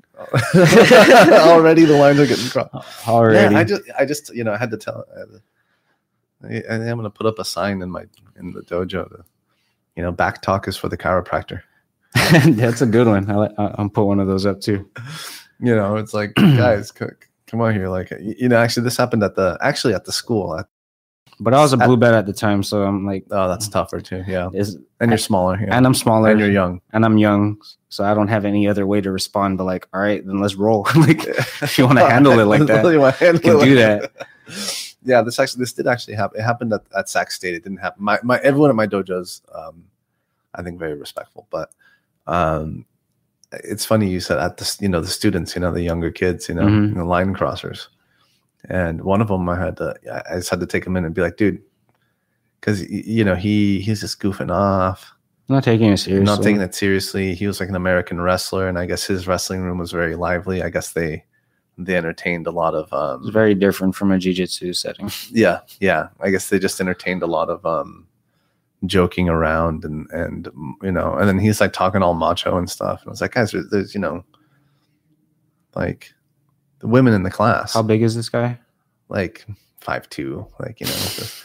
Speaker 1: Already the lines are getting (laughs) crossed.
Speaker 2: already,
Speaker 1: Yeah, I just, I just, you know, I had to tell. I had to- I, I think I'm gonna put up a sign in my in the dojo. To, you know, back talk is for the chiropractor.
Speaker 2: (laughs) that's a good one. I, I, I'll put one of those up too.
Speaker 1: You know, it's like guys, c- come on here. Like, y- you know, actually, this happened at the actually at the school. At,
Speaker 2: But I was a
Speaker 1: That-
Speaker 2: blue belt at the time, so I'm like,
Speaker 1: oh, that's tougher too. Yeah,
Speaker 2: is,
Speaker 1: and you're smaller. Yeah,
Speaker 2: and I'm smaller,
Speaker 1: and you're
Speaker 2: and,
Speaker 1: young.
Speaker 2: I'm young, so I don't have any other way to respond. But like, all right, then let's roll. (laughs) like, if you
Speaker 1: (laughs)
Speaker 2: want to handle it like that,
Speaker 1: You wanna handle
Speaker 2: can
Speaker 1: it
Speaker 2: do
Speaker 1: like that. Yeah, this actually this did actually happen. It happened at, at Sac State. It didn't happen. My my everyone at my dojo's, um, I think, very respectful. But um, it's funny you said at the s- you know the students, you know the younger kids, you know
Speaker 2: Mhm.
Speaker 1: the line crossers, and one of them I had to I I just had to take him in and be like, dude, because you know he he's just goofing off.
Speaker 2: I'm not taking it seriously.
Speaker 1: Not taking it seriously. He was like an American wrestler, and I guess his wrestling room was very lively. I guess they they entertained a lot of
Speaker 2: it's
Speaker 1: um,
Speaker 2: very different from a jiu-jitsu setting.
Speaker 1: yeah, yeah. I guess they just entertained a lot of um, joking around and and mm, you know, and then he's like talking all macho and stuff. And I was like, guys, there's, there's you know, like the women in the class,
Speaker 2: How big is this guy?
Speaker 1: like five two, like you know. just-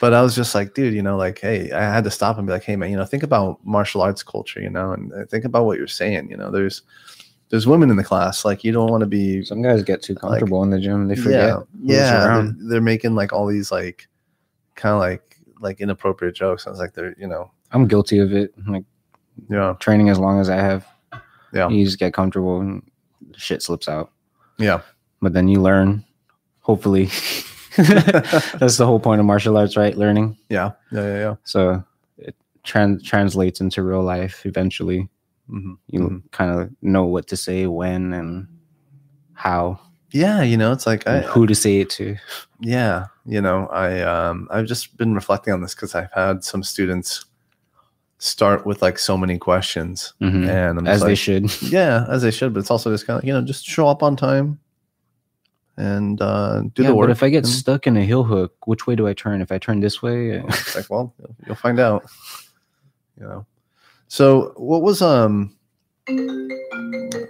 Speaker 1: But I was just like, dude, you know, like, hey, I had to stop and be like, hey, man, you know, think about martial arts culture, you know, and uh, think about what you're saying, you know. There's there's women in the class, like you don't want to be
Speaker 2: Some guys get too comfortable in the gym; they forget. who's
Speaker 1: yeah, yeah. They're,
Speaker 2: around.
Speaker 1: they're making like all these like kind of like like inappropriate jokes. I was like, they're you know,
Speaker 2: I'm guilty of it. Like
Speaker 1: yeah,
Speaker 2: training as long as I have,
Speaker 1: yeah,
Speaker 2: you just get comfortable and shit slips out.
Speaker 1: yeah,
Speaker 2: But then you learn. Hopefully, (laughs) that's the whole point of martial arts, right? Learning.
Speaker 1: yeah, yeah, yeah. yeah.
Speaker 2: So it tran translates into real life eventually.
Speaker 1: hmm
Speaker 2: You
Speaker 1: Mhm.
Speaker 2: kind of know what to say, when, and how,
Speaker 1: Yeah, you know, it's like I,
Speaker 2: and who to say it to.
Speaker 1: yeah you know i um i've just been reflecting on this because i've had some students start with like so many questions
Speaker 2: Mhm.
Speaker 1: and I'm just
Speaker 2: As they
Speaker 1: like,
Speaker 2: should.
Speaker 1: yeah as they should but it's also just kind of you know just show up on time and uh do
Speaker 2: yeah,
Speaker 1: the work
Speaker 2: but if I get
Speaker 1: and
Speaker 2: stuck in a heel hook, which way do I turn? If I turn this way,
Speaker 1: it's like well you'll find out you know so what was um I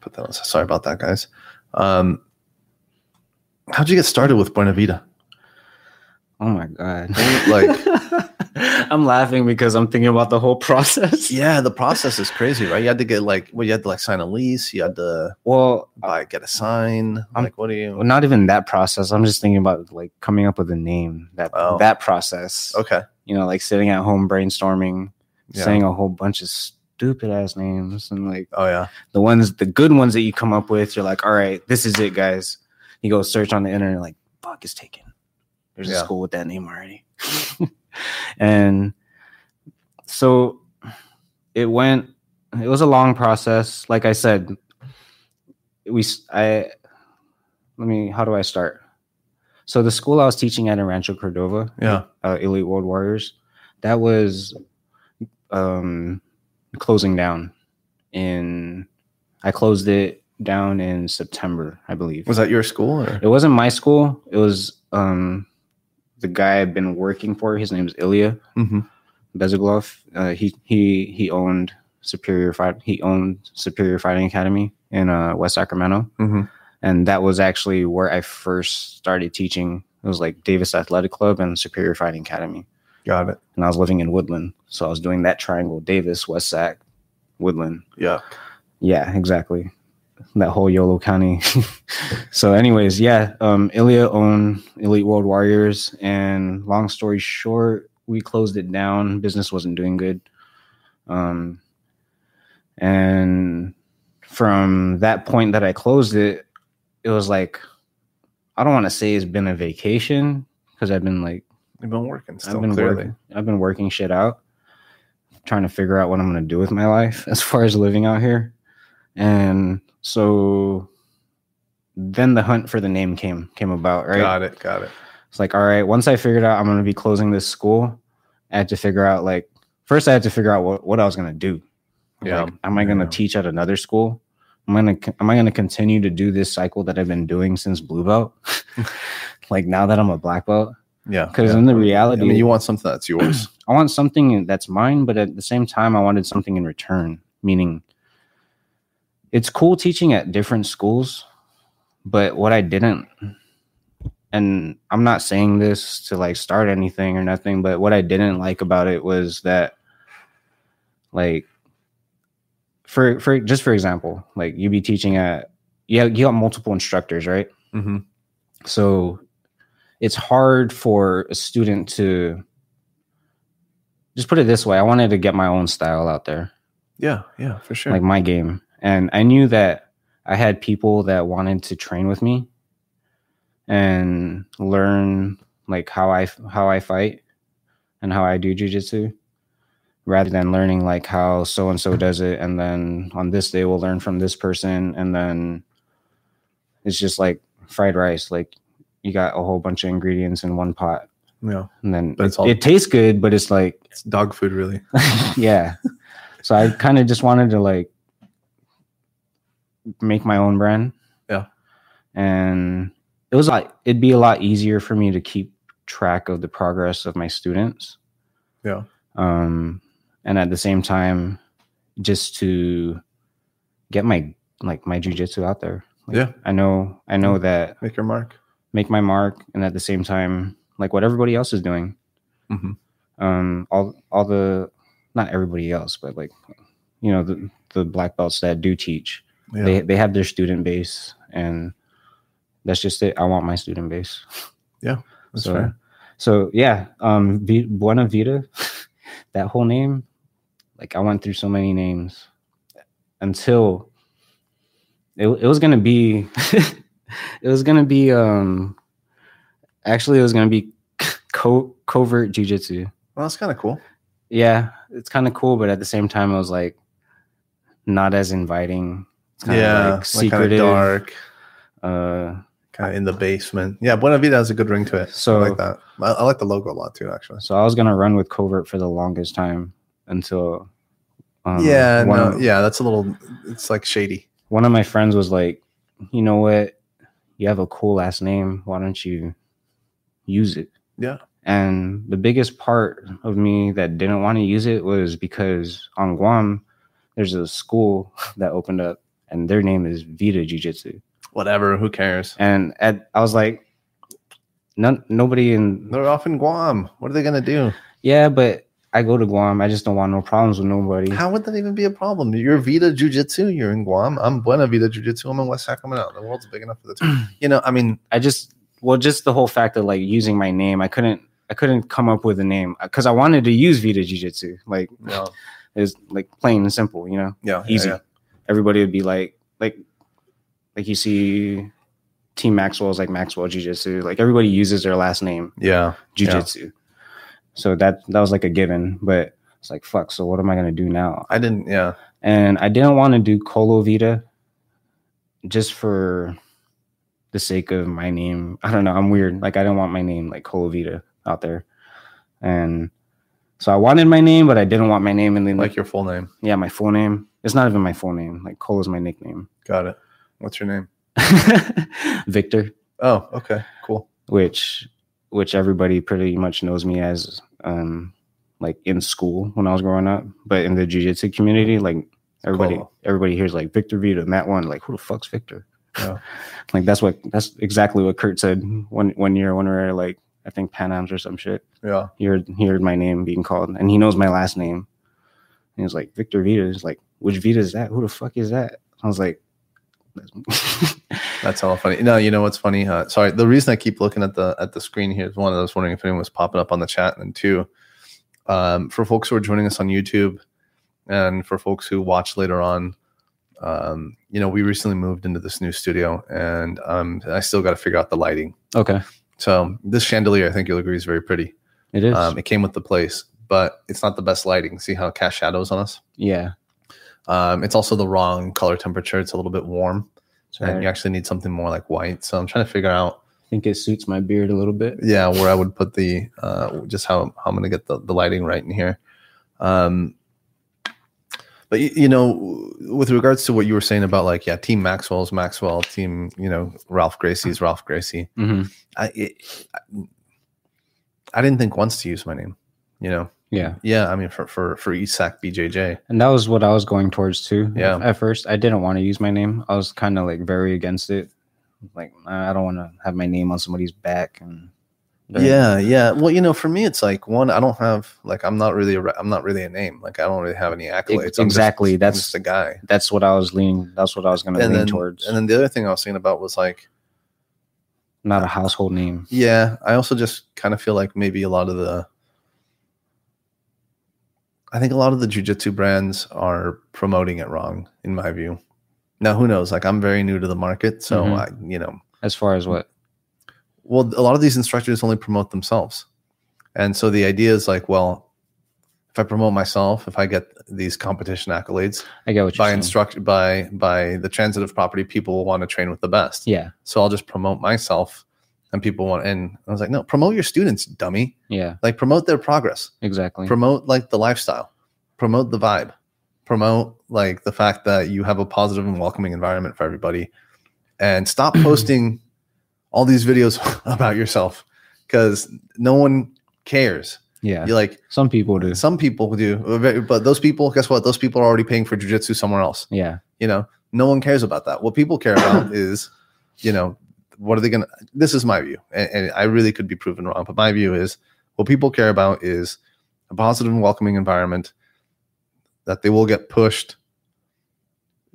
Speaker 1: put that on sorry about that guys um how'd you get started with buena vida
Speaker 2: oh my god!
Speaker 1: Like-
Speaker 2: (laughs) I'm laughing because I'm thinking about the whole process.
Speaker 1: Yeah, the process is crazy, right? You had to get like, well, you had to like sign a lease. You had to
Speaker 2: Well,
Speaker 1: buy, get a sign.
Speaker 2: Uh, I'm-
Speaker 1: like, what do
Speaker 2: well,
Speaker 1: you?
Speaker 2: not even that process. I'm just thinking about like coming up with a name. That
Speaker 1: Oh.
Speaker 2: that process.
Speaker 1: Okay,
Speaker 2: You know, like sitting at home brainstorming,
Speaker 1: yeah.
Speaker 2: saying a whole bunch of stupid ass names, and like
Speaker 1: Oh yeah,
Speaker 2: the ones, the good ones that you come up with, you're like, all right, this is it, guys. You go search on the internet, like, fuck is taken. There's
Speaker 1: Yeah.
Speaker 2: a school with that name already. (laughs) and so it went, it was a long process. Like I said, we, s- I, let me, how do I start? So the school I was teaching at in Rancho Cordova,
Speaker 1: yeah.
Speaker 2: uh, Elite World Warriors, that was um, closing down in. I closed it down in September, I believe.
Speaker 1: Was that your school? Or?
Speaker 2: It wasn't my school. It was um, the guy I've been working for. His name is Ilya
Speaker 1: Mm-hmm.
Speaker 2: Bezeglov. Uh, he he he owned Superior Fight. He owned Superior Fighting Academy in uh, West Sacramento,
Speaker 1: Mm-hmm.
Speaker 2: and that was actually where I first started teaching. It was like Davis Athletic Club and Superior Fighting Academy
Speaker 1: Got it.
Speaker 2: and I was living in Woodland. So I was doing that triangle Davis, West Sac, Woodland.
Speaker 1: Yeah.
Speaker 2: Yeah, exactly. That whole Yolo County. (laughs) so, anyways, yeah, um, Ilya owned Elite World Warriors. And long story short, we closed it down. Business wasn't doing good. Um, and from that point that I closed it, it was like, I don't want to say it's been a vacation because I've been like,
Speaker 1: You've been working still.
Speaker 2: I've been
Speaker 1: clearly.
Speaker 2: working. I've been working shit out, trying to figure out what I'm gonna do with (laughs) my life as far as living out here. And so then the hunt for the name came came about, right?
Speaker 1: Got it. Got it.
Speaker 2: It's like, all right, once I figured out I'm gonna be closing this school, I had to figure out like first I had to figure out what, what I was gonna do.
Speaker 1: Yeah.
Speaker 2: Like, am I gonna
Speaker 1: Yeah.
Speaker 2: teach at another school? Am I gonna co- am I gonna continue to do this cycle that I've been doing since blue belt? (laughs) like now that I'm a black belt?
Speaker 1: Yeah.
Speaker 2: Because
Speaker 1: yeah.
Speaker 2: in the
Speaker 1: I
Speaker 2: reality,
Speaker 1: mean, you want something that's yours. (clears throat)
Speaker 2: I want something that's mine, but at the same time, I wanted something in return. Meaning, it's cool teaching at different schools, but what I didn't, and I'm not saying this to like start anything or nothing, but what I didn't like about it was that, like, for for just for example, like you be teaching at you have, you got multiple instructors, right?
Speaker 1: mm-hmm.
Speaker 2: So it's hard for a student to just put it this way. I wanted to get my own style out there,
Speaker 1: Yeah. Yeah. For sure.
Speaker 2: like my game. And I knew that I had people that wanted to train with me and learn like how I how I fight and how I do jujitsu rather than learning like how so and so does it and then on this day we'll learn from this person and then it's just like fried rice like you got a whole bunch of ingredients in one pot
Speaker 1: yeah.
Speaker 2: and then
Speaker 1: But it's all-
Speaker 2: it tastes good but it's like
Speaker 1: It's dog food, really.
Speaker 2: yeah. So I kind of just wanted to like make my own brand.
Speaker 1: Yeah.
Speaker 2: And it was like it'd be a lot easier for me to keep track of the progress of my students.
Speaker 1: Yeah.
Speaker 2: Um and at the same time just to get my like my jujitsu out there. (laughs) Like,
Speaker 1: Yeah.
Speaker 2: I know I
Speaker 1: Mm.
Speaker 2: know that
Speaker 1: Make your mark.
Speaker 2: make my mark and at the same time like what everybody else is doing
Speaker 1: Mhm.
Speaker 2: um all all the not everybody else but like you know the the black belts that do teach
Speaker 1: Yeah.
Speaker 2: they they have their student base and that's just it i want my student base (laughs)
Speaker 1: that's
Speaker 2: so
Speaker 1: fair.
Speaker 2: so yeah um v- buena vita (laughs) that whole name like i went through so many names until it, it was gonna be (laughs) it was gonna be um actually it was gonna be (laughs) co- covert jiu-jitsu
Speaker 1: Well, that's kind of cool.
Speaker 2: yeah it's kind of cool but at the same time i was like not as inviting it's kind of like
Speaker 1: kinda
Speaker 2: secretive
Speaker 1: dark,
Speaker 2: uh
Speaker 1: kind of in the basement. Yeah, Buena Vida has a good ring to it.
Speaker 2: So-
Speaker 1: I like that. I, I like the logo a lot too, actually.
Speaker 2: so i was gonna run with covert for the longest time until um,
Speaker 1: yeah,
Speaker 2: one
Speaker 1: no,
Speaker 2: of-
Speaker 1: yeah, that's a little. It's like shady.
Speaker 2: one of my friends was like, you know what? You have a cool last name. Why don't you use it?
Speaker 1: Yeah.
Speaker 2: And the biggest part of me that didn't want to use it was because on Guam, there's a school (laughs) that opened up and their name is Vita Jiu Jitsu.
Speaker 1: Whatever. Who cares?
Speaker 2: And at, I was like, none, nobody in,
Speaker 1: They're off in Guam. What are they gonna do?
Speaker 2: yeah, but I go to Guam. I just don't want no problems with nobody.
Speaker 1: How would that even be a problem? You're Vita Jiu Jitsu. You're in Guam. I'm Buena Vida Jiu Jitsu. I'm in West Sacramento. The world's big enough for the
Speaker 2: (clears throat)
Speaker 1: two. You know, I mean,
Speaker 2: I just well, just the whole fact of like using my name, I couldn't I couldn't come up with a name because I wanted to use Vita Jiu Jitsu. Like
Speaker 1: no,
Speaker 2: it's like plain and simple, you know,
Speaker 1: yeah, yeah,
Speaker 2: easy.
Speaker 1: yeah.
Speaker 2: Everybody would be like like like you see Team Maxwell's like Maxwell Jiu Jitsu. Like everybody uses their last name
Speaker 1: yeah.
Speaker 2: Jiu Jitsu. So that that was like a given, but it's like fuck. So what am I gonna do now?
Speaker 1: I didn't. Yeah,
Speaker 2: and I didn't want to do Colo Vita just for the sake of my name. I don't know. I'm weird. Like I didn't want my name like Colo Vita out there, and so I wanted my name, but I didn't want my name. And then
Speaker 1: like
Speaker 2: like,
Speaker 1: your full name.
Speaker 2: yeah, my full name. It's not even my full name. Like Colo is my nickname, (laughs)
Speaker 1: Got it. What's your name?
Speaker 2: Victor,
Speaker 1: Oh, okay, cool.
Speaker 2: which which everybody pretty much knows me as. Um, like in school when I was growing up, but in the jiu-jitsu community, like everybody
Speaker 1: Colo.
Speaker 2: everybody hears like Victor Vita, Matt one, like who the fuck's Victor?
Speaker 1: Yeah.
Speaker 2: (laughs) like that's what that's exactly what Kurt said one one year when we were like I think Pan Am's or some shit.
Speaker 1: Yeah,
Speaker 2: He heard, he heard my name being called and he knows my last name. And he was like, Victor Vita is like, which Vita is that? Who the fuck is that? I was like, (laughs) that's-
Speaker 1: That's all funny. No, you know what's funny? Uh, sorry, the reason I keep looking at the at the screen here is one, I was wondering if anyone was popping up on the chat, and two, um, for folks who are joining us on YouTube, and for folks who watch later on, um, you know, we recently moved into this new studio, and um, I still got to figure out the lighting.
Speaker 2: okay.
Speaker 1: So this chandelier, I think you'll agree, is very pretty.
Speaker 2: It is.
Speaker 1: Um, it came with the place, but it's not the best lighting. See how it casts shadows on us?
Speaker 2: yeah.
Speaker 1: Um, it's also the wrong color temperature. It's a little bit warm. and you actually need something more like white. So I'm trying to figure out,
Speaker 2: I think it suits my beard a little bit.
Speaker 1: yeah, where I would put the uh, just how, how I'm going to get the, the lighting right in here. Um, but you, you know, with regards to what you were saying about like, yeah, Team Maxwell's Maxwell, Team you know Ralph Gracie's Ralph Gracie.
Speaker 2: Mm-hmm.
Speaker 1: I, it, I I didn't think once to use my name. You know,
Speaker 2: Yeah,
Speaker 1: yeah. I mean, for for for ESAC BJJ,
Speaker 2: and that was what I was going towards too.
Speaker 1: Yeah.
Speaker 2: At first, I didn't want to use my name. I was kind of like very against it. Like I I don't want to have my name on somebody's back and.
Speaker 1: Yeah, yeah. Well, you know, for me, it's like one. I don't have like I'm not really a, re- I'm not really a name. Like I don't really have any accolades. I'm just-
Speaker 2: exactly,
Speaker 1: I'm
Speaker 2: that's-
Speaker 1: just a guy.
Speaker 2: That's what I was leaning. That's what I was going to lean
Speaker 1: And then
Speaker 2: towards.
Speaker 1: and then the other thing I was thinking about was like,
Speaker 2: Not a household name.
Speaker 1: yeah, I also just kind of feel like maybe a lot of the. I think a lot of the jujitsu brands are promoting it wrong, in my view. Now, who knows? Like, I'm very new to the market, so
Speaker 2: Mhm.
Speaker 1: I, you know,
Speaker 2: As far as what?
Speaker 1: well a lot of these instructors only promote themselves and so the idea is like well if i promote myself if i get these competition accolades
Speaker 2: I get what you're
Speaker 1: by
Speaker 2: saying.
Speaker 1: instruct by by the transitive property people will want to train with the best
Speaker 2: yeah,
Speaker 1: so i'll just promote myself and people want and i was like no promote your students dummy
Speaker 2: yeah,
Speaker 1: like promote their progress
Speaker 2: exactly.
Speaker 1: promote like the lifestyle promote the vibe promote like the fact that you have a positive and welcoming environment for everybody and stop posting all these videos (laughs) about yourself because no one cares
Speaker 2: yeah,
Speaker 1: you like
Speaker 2: some people do.
Speaker 1: some people do but those people guess what those people are already paying for jujitsu somewhere else
Speaker 2: Yeah,
Speaker 1: you know no one cares about that what people care about is you know what are they gonna this is my view and, and i really could be proven wrong but my view is what people care about is a positive and welcoming environment that they will get pushed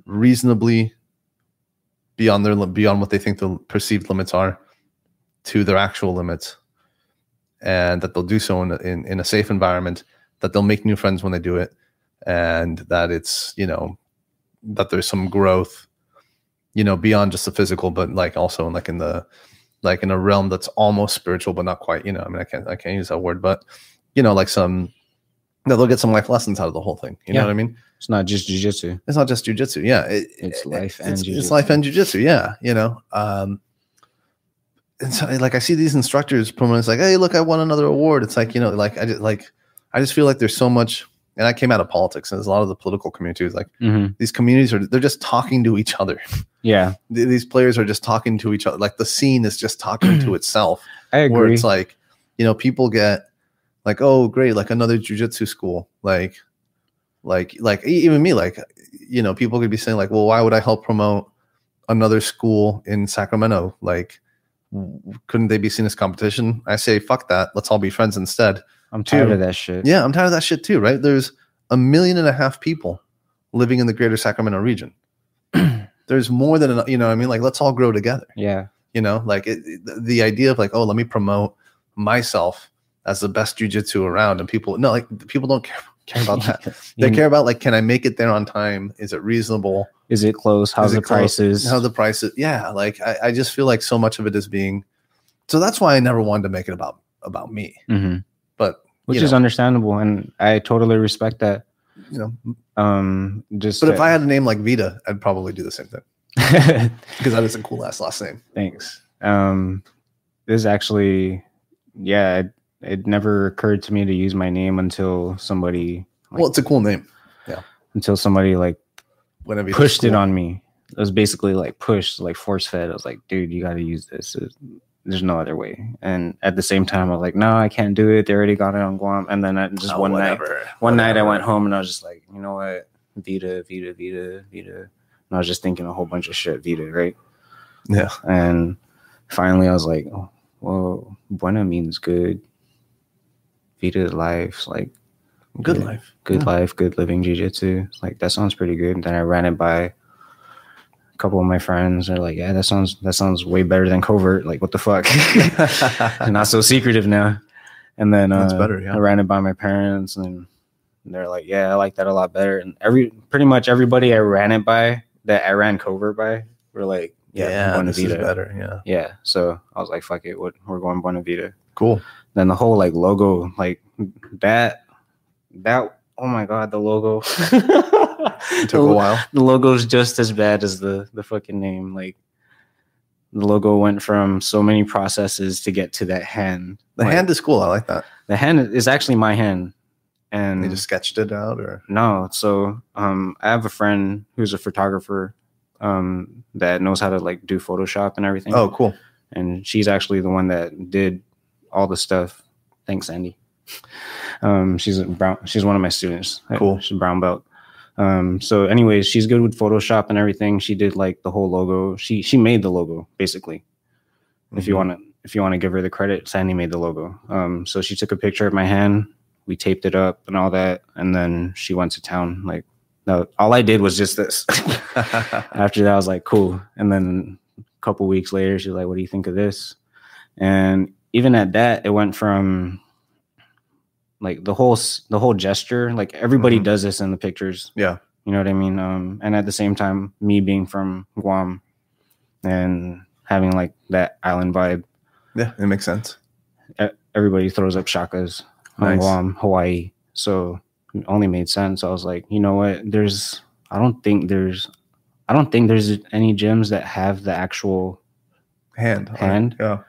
Speaker 1: reasonably beyond their li- beyond what they think the perceived limits are to their actual limits and that they'll do so in, a- in, in a safe environment that they'll make new friends when they do it and that it's you know that there's some growth you know beyond just the physical but like also in like in the like in a realm that's almost spiritual but not quite you know i mean i can't i can't use that word but you know like some that they'll get some life lessons out of the whole thing you
Speaker 2: Yeah.
Speaker 1: know what i mean
Speaker 2: It's not just jujitsu.
Speaker 1: it's not just jujitsu. Yeah, it-
Speaker 2: It's
Speaker 1: it-
Speaker 2: life and
Speaker 1: it's, it's
Speaker 2: jujitsu.
Speaker 1: life and jujitsu. Yeah, you know. Um, and so, like I see these instructors promoting, it's like, hey, look, I won another award. It's like you know, like I just like I just feel like there's so much. And I came out of politics, and there's a lot of the political community is like
Speaker 2: Mm-hmm.
Speaker 1: these communities are they're just talking to each other.
Speaker 2: Yeah,
Speaker 1: Th- These players are just talking to each other. Like the scene is just talking
Speaker 2: (clears throat)
Speaker 1: to itself.
Speaker 2: I
Speaker 1: Where
Speaker 2: agree.
Speaker 1: it's like, you know, people get like, oh, great, like another jujitsu school, like, like, like e- even me, like, you know, people could be saying like, well, why would I help promote another school in Sacramento? Like, w- couldn't they be seen as competition? I say, fuck that. Let's all be friends instead.
Speaker 2: I'm tired
Speaker 1: too.
Speaker 2: of that shit.
Speaker 1: Yeah, I'm tired of that shit too. Right? There's a million and a half people living in the greater Sacramento region. (clears throat) There's more than enough, you know. What I mean, like, let's all grow together
Speaker 2: yeah,
Speaker 1: you know like it, it- the- the idea of like oh let me promote myself as the best jujitsu around and people no like people don't care, (laughs) care about that they
Speaker 2: (laughs) You-
Speaker 1: care about like can i make it there on time is it reasonable
Speaker 2: Is it close? How's
Speaker 1: Is it
Speaker 2: the
Speaker 1: close?
Speaker 2: prices?
Speaker 1: how the price is yeah like I, I just feel like so much of it is being so that's why i never wanted to make it about about me
Speaker 2: mm-hmm.
Speaker 1: but
Speaker 2: Which
Speaker 1: you
Speaker 2: is
Speaker 1: know,
Speaker 2: understandable, and I totally respect that.
Speaker 1: you know
Speaker 2: Um, just
Speaker 1: but if
Speaker 2: to-
Speaker 1: i had a name like vita i'd probably do the same thing because that is a cool ass last name
Speaker 2: (laughs) Thanks. Um, this actually, yeah, it, it never occurred to me to use my name until somebody, like,
Speaker 1: well it's a cool name
Speaker 2: until somebody like
Speaker 1: whenever you think
Speaker 2: pushed it
Speaker 1: cool.
Speaker 2: on me. It was basically like pushed, like force fed. I was like, dude, you got to use this. There's- There's no other way. And at the same time, I was like, no, I can't do it. They already got it on Guam. And then I just
Speaker 1: Oh,
Speaker 2: one night,
Speaker 1: whatever,
Speaker 2: one night I
Speaker 1: whatever.
Speaker 2: went home and I was just like, you know what, Vita, Vita, Vita, Vita. And I was just thinking a whole bunch of shit, Vita, right?
Speaker 1: yeah
Speaker 2: And finally, I was like, oh, well, Buena means good. Vita life, like
Speaker 1: good
Speaker 2: Yeah.
Speaker 1: life
Speaker 2: good life, good living jujitsu. Like that sounds pretty good. And then I ran it by a couple of my friends. They're like, yeah, that sounds that sounds way better than covert. Like what the fuck? (laughs)
Speaker 1: (laughs)
Speaker 2: Not so secretive now. And then
Speaker 1: That's
Speaker 2: uh,
Speaker 1: better, yeah.
Speaker 2: I ran it by my parents, and they're like, yeah, I like that a lot better. And every pretty much everybody I ran it by that I ran covert by were like, yeah, Buena
Speaker 1: this is
Speaker 2: Vita.
Speaker 1: better yeah
Speaker 2: Yeah. So I was like, fuck it, what we're going Buena Vita.
Speaker 1: Cool.
Speaker 2: Then the whole
Speaker 1: (laughs)
Speaker 2: like logo, like that that oh my god, the logo.
Speaker 1: It took a while.
Speaker 2: the logo's just as bad as the the fucking name. Like the logo went from so many processes to get to that hand.
Speaker 1: The
Speaker 2: Like,
Speaker 1: hand is cool. I like that.
Speaker 2: the hand is actually my hand. And Mm.
Speaker 1: They just sketched it out, or
Speaker 2: no, so um I have a friend who's a photographer um that knows how to like do Photoshop and everything.
Speaker 1: oh, cool.
Speaker 2: and she's actually the one that did all the stuff. Thanks, Andy. Um, she's a brown. She's one of my students.
Speaker 1: Cool.
Speaker 2: She's a brown belt. Um, so, anyways, she's good with Photoshop and everything. She did like the whole logo. She she made the logo basically. If you
Speaker 1: Mhm.
Speaker 2: want to, if you want to give her the credit, Sandy made the logo. Um, so she took a picture of my hand. We taped it up and all that, and then she went to town. Like, no, all I did was just this. (laughs) after that, I was like, cool. And then a couple weeks later, she was like, what do you think of this? And even at that, it went from like the whole s- the whole gesture. Like everybody
Speaker 1: Mhm.
Speaker 2: does this in the pictures.
Speaker 1: Yeah.
Speaker 2: you know what I mean. Um, and at the same time, me being from Guam and having like that island vibe,
Speaker 1: (laughs) yeah, it makes sense.
Speaker 2: everybody throws up shakas on
Speaker 1: Nice.
Speaker 2: Guam, Hawaii. So it only made sense. I was like, you know what? There's I don't think there's I don't think there's any gyms that have the actual
Speaker 1: Hand,
Speaker 2: Hand?
Speaker 1: Yeah,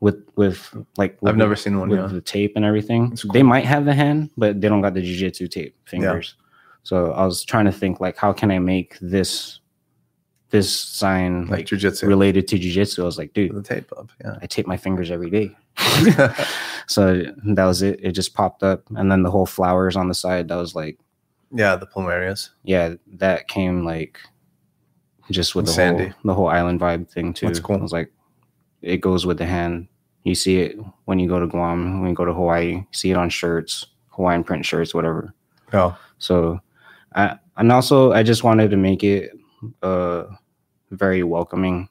Speaker 2: with with like with,
Speaker 1: I've never seen one.
Speaker 2: with
Speaker 1: Yeah,
Speaker 2: the tape and everything.
Speaker 1: That's cool.
Speaker 2: They might have the hand, but they don't got the jujitsu tape fingers. So I was trying to think like, how can I make this this sign
Speaker 1: like Uh,
Speaker 2: like,
Speaker 1: jujitsu
Speaker 2: related to jujitsu? I was like, dude,
Speaker 1: with the tape up.
Speaker 2: (laughs)
Speaker 1: Yeah,
Speaker 2: I tape my fingers every
Speaker 1: (laughs)
Speaker 2: day. (laughs) so that was it. It just popped up, and then the whole flowers on the side. That was like,
Speaker 1: yeah, the plumerias.
Speaker 2: yeah, that came like just with the
Speaker 1: Sandy.
Speaker 2: whole the whole island vibe thing too.
Speaker 1: That's cool.
Speaker 2: I was like, it goes with the hand. You see it when you go to Guam, when you go to Hawaii. You see it on shirts, Hawaiian print shirts, whatever.
Speaker 1: Oh,
Speaker 2: So, I and also I just wanted to make it uh very welcoming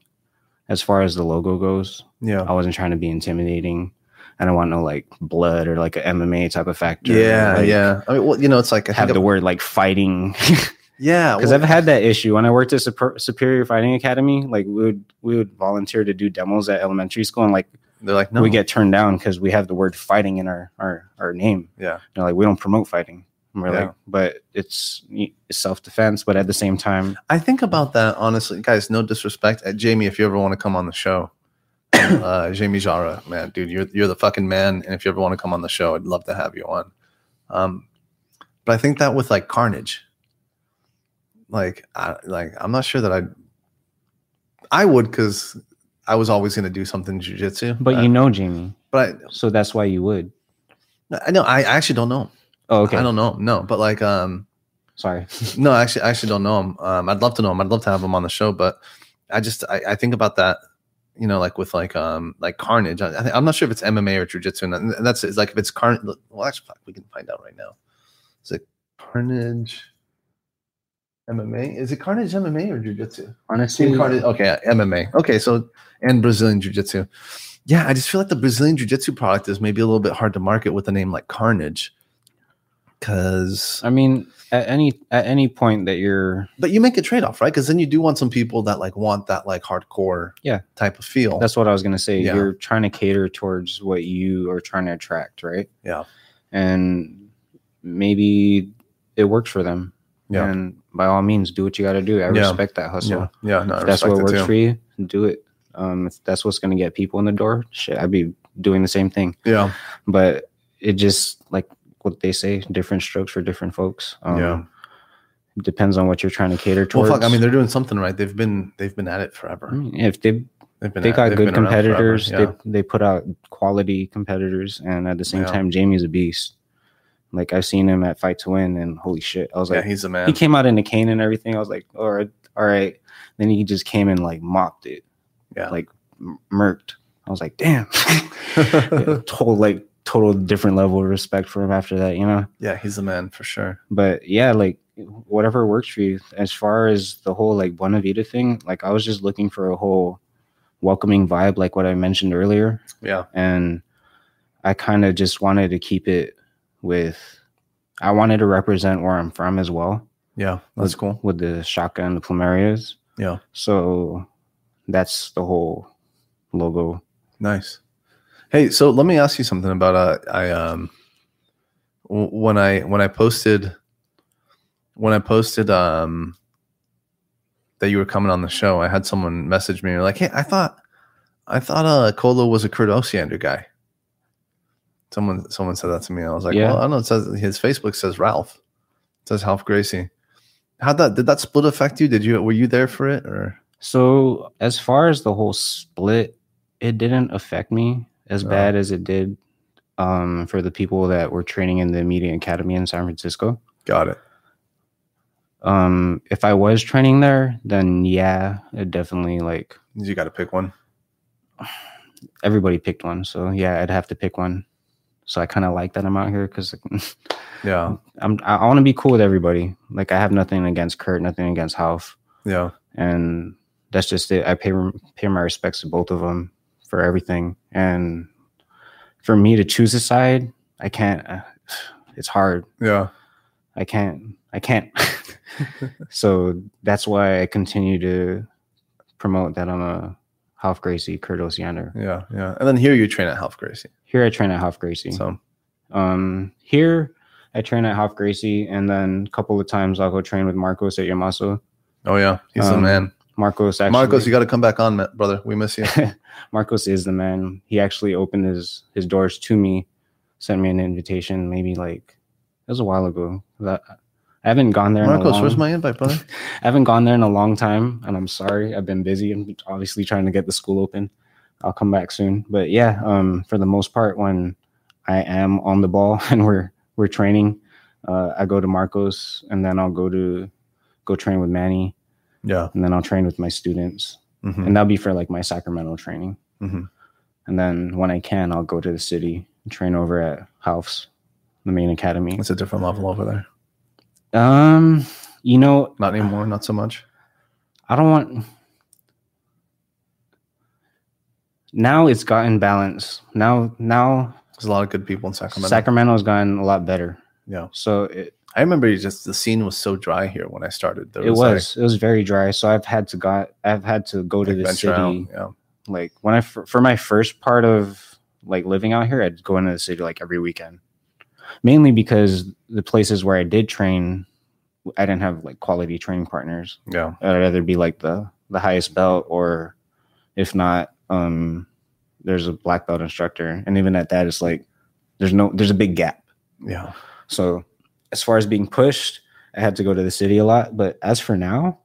Speaker 2: as far as the logo goes.
Speaker 1: yeah,
Speaker 2: I wasn't trying to be intimidating. I don't want no like blood or like a MMA type of factor.
Speaker 1: yeah,
Speaker 2: Like,
Speaker 1: yeah. I mean, well, you know, it's like I
Speaker 2: Have
Speaker 1: think
Speaker 2: the
Speaker 1: of-
Speaker 2: word like fighting
Speaker 1: yeah,
Speaker 2: (laughs) because
Speaker 1: well,
Speaker 2: I've had that issue when I worked at Super- Superior Fighting Academy. Like we would we would volunteer to do demos at elementary school, and like
Speaker 1: they're like no,
Speaker 2: we get turned down because we have the word fighting in our our, our name.
Speaker 1: Yeah.
Speaker 2: they're like we don't promote fighting. And we're
Speaker 1: Yeah.
Speaker 2: like, but it's self defense. But at the same time,
Speaker 1: I think about that honestly, guys. No disrespect, uh, Jamie. If you ever want to come on the show,
Speaker 2: (clears throat)
Speaker 1: uh, Jamie Jara, man, dude, you're you're the fucking man. And if you ever want to come on the show, I'd love to have you on. Um, but I think that with like Carnage, like I, like I'm not sure that I I would because I was always going to do something jujitsu.
Speaker 2: but
Speaker 1: Uh,
Speaker 2: you know, Jamie,
Speaker 1: but
Speaker 2: so that's why you would.
Speaker 1: I, I know I actually don't know.
Speaker 2: Oh, okay.
Speaker 1: I don't know. No, but like um,
Speaker 2: Sorry.
Speaker 1: No, actually, I actually don't know him. Um, I'd love to know him. I'd love to have him on the show, but I just I, I think about that, you know, like with like um like Carnage. I, I think- I'm not sure if it's MMA or jujitsu, and that- and that's it's like if it's Carnage. Well, actually, fuck, we can find out right now. Is it Carnage MMA? Is it Carnage MMA or jujitsu?
Speaker 2: Honestly,
Speaker 1: Team Carnage. Okay, MMA. Okay, so and Brazilian jiu-jitsu. Yeah, I just feel like the Brazilian jiu-jitsu product is maybe a little bit hard to market with a name like Carnage, because
Speaker 2: I mean, at any at any point that you're
Speaker 1: but you make a trade-off right because then you do want some people that like want that like hardcore
Speaker 2: Yeah.
Speaker 1: type of feel
Speaker 2: That's what I was gonna say.
Speaker 1: Yeah.
Speaker 2: You're trying to cater towards what you are trying to attract, right?
Speaker 1: Yeah.
Speaker 2: And maybe it works for them.
Speaker 1: Yeah.
Speaker 2: And by all means, do what you got to do. I
Speaker 1: Yeah.
Speaker 2: respect that hustle.
Speaker 1: yeah yeah no, I
Speaker 2: if that's
Speaker 1: respect
Speaker 2: what
Speaker 1: it
Speaker 2: works
Speaker 1: too.
Speaker 2: for you, do it. Um, if that's what's gonna get people in the door, shit, I'd be doing the same thing.
Speaker 1: yeah
Speaker 2: But it just like what they say, different strokes for different folks. Um,
Speaker 1: Yeah.
Speaker 2: Depends on what you're trying to cater
Speaker 1: well
Speaker 2: towards.
Speaker 1: fuck i mean they're doing something right they've been they've been at it forever
Speaker 2: I mean, if they
Speaker 1: they've been
Speaker 2: they
Speaker 1: at-
Speaker 2: got
Speaker 1: they've
Speaker 2: good
Speaker 1: been around forever,
Speaker 2: competitors.
Speaker 1: yeah.
Speaker 2: They they put out quality competitors, and at the same
Speaker 1: Yeah.
Speaker 2: time, Jamie's a beast. Like I've seen him at Fight to Win, and holy shit, I was
Speaker 1: yeah
Speaker 2: like,
Speaker 1: he's a
Speaker 2: he
Speaker 1: man
Speaker 2: came out in a cane and everything. I was like, all right, all right. Then he just came and like mopped it,
Speaker 1: Yeah.
Speaker 2: like m- murked. I was like,
Speaker 1: (laughs)
Speaker 2: damn, (laughs) Yeah, total like total different level of respect for him after that, you know.
Speaker 1: yeah he's a man for sure
Speaker 2: But yeah, like whatever works for you. As far as the whole like Buena Vida thing, like I was just looking for a whole welcoming vibe, like what I mentioned earlier
Speaker 1: yeah
Speaker 2: and I kind of just wanted to keep it with I wanted to represent where I'm from as well
Speaker 1: yeah that's cool
Speaker 2: with the shaka and the plumerias.
Speaker 1: Yeah.
Speaker 2: So that's the whole logo.
Speaker 1: nice hey so let me ask you something about uh i um w- when i when i posted when I posted um that you were coming on the show, I had someone message me like, "Hey, I thought, I thought uh Colo was a Kurt Osiander guy." Someone, someone said that to me. I was like,
Speaker 2: Yeah.
Speaker 1: "Well, I don't know." It says his Facebook says Ralph, it says Ralph Gracie. How that did that split affect you? Did you were you there for it or?
Speaker 2: So as far as the whole split, it didn't affect me as
Speaker 1: Oh.
Speaker 2: bad as it did um, for the people that were training in the media academy in San Francisco.
Speaker 1: Got it.
Speaker 2: Um, if I was training there, then yeah, it definitely like
Speaker 1: You got to pick one.
Speaker 2: everybody picked one. So yeah, I'd have to pick one. So I kind of like (laughs) that I'm out here because
Speaker 1: Yeah,
Speaker 2: I'm I want to be cool with everybody. Like I have nothing against Kurt, nothing against Half,
Speaker 1: yeah,
Speaker 2: and that's just it. I pay rem- pay my respects to both of them for everything. And for me to choose a side, I can't. Uh, it's hard.
Speaker 1: yeah.
Speaker 2: I can't. I can't. (laughs) so that's why I continue to promote that I'm a Half Gracie, Kurt Osiander.
Speaker 1: Yeah, yeah. And then here you train at Half Gracie.
Speaker 2: Here I train at Half Gracie.
Speaker 1: So
Speaker 2: Um, here I train at Half Gracie, and then a couple of times I'll go train with Marcos at Yamaso.
Speaker 1: oh yeah, he's the
Speaker 2: Um,
Speaker 1: man.
Speaker 2: Marcos actually,
Speaker 1: Marcos, you got to come back on, ma- brother. We
Speaker 2: (laughs)
Speaker 1: miss you.
Speaker 2: Marcos is the man. He actually opened his his doors to me, sent me an invitation. Maybe like it was a while ago. That I haven't gone there. in a
Speaker 1: Marcos,
Speaker 2: long,
Speaker 1: where's my invite,
Speaker 2: (laughs)
Speaker 1: brother?
Speaker 2: I haven't gone there in a long time, and I'm sorry. I've been busy. I'm obviously trying to get the school open. I'll come back soon. But yeah, um, for the most part, when I am on the ball (laughs) and we're we're training, uh, I go to Marcos, and then I'll go to go train with Manny,
Speaker 1: Yeah.
Speaker 2: and then I'll train with my students,
Speaker 1: hmm
Speaker 2: and that'll be for like my Sacramento training.
Speaker 1: Mhm.
Speaker 2: And then when I can, I'll go to the city and train over at House, the main academy.
Speaker 1: It's a different level over there.
Speaker 2: Um, you know,
Speaker 1: Not anymore. Not so much.
Speaker 2: I don't want. Now it's gotten balanced. Now, now
Speaker 1: There's a lot of good people in Sacramento.
Speaker 2: Sacramento's gotten a lot better.
Speaker 1: yeah.
Speaker 2: So it,
Speaker 1: I remember you just the scene was so dry here when I started. There
Speaker 2: it was it was very dry. So I've had to got I've had to go to
Speaker 1: like,
Speaker 2: the
Speaker 1: venture
Speaker 2: city.
Speaker 1: out. Yeah.
Speaker 2: Like when I fir- for my first part of like living out here, I'd go into the city like every weekend, mainly because the places where I did train, I didn't have like quality training partners.
Speaker 1: Yeah.
Speaker 2: I'd rather be like the the highest belt, or if not, um, there's a black belt instructor, and even at that, it's like there's no there's a big gap.
Speaker 1: Yeah.
Speaker 2: So as far as being pushed, I had to go to the city a lot. But as for now,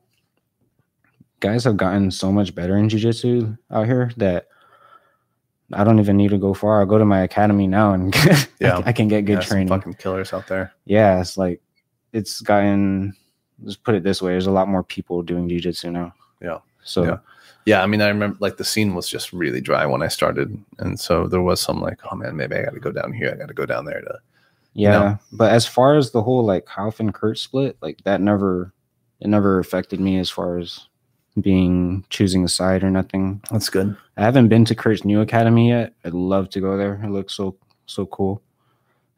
Speaker 2: guys have gotten so much better in jujitsu out here that I don't even need to go far. I'll go to my academy now, and (laughs)
Speaker 1: Yeah.
Speaker 2: yeah, I can get good
Speaker 1: Yeah, some
Speaker 2: training
Speaker 1: Fucking killers out there.
Speaker 2: yeah, it's like it's gotten. Let's put it this way: there's a lot more people doing jujitsu now.
Speaker 1: Yeah.
Speaker 2: So
Speaker 1: Yeah. Yeah. I mean, I remember like the scene was just really dry when I started, and so there was some like, oh man, maybe I got to go down here. I got to go down there to.
Speaker 2: yeah, but as far as the whole like Half and Kurt split, like that never, it never affected me as far as being choosing a side or nothing.
Speaker 1: That's good.
Speaker 2: I haven't been to Kurt's new academy yet. I'd love to go there. It looks so so cool,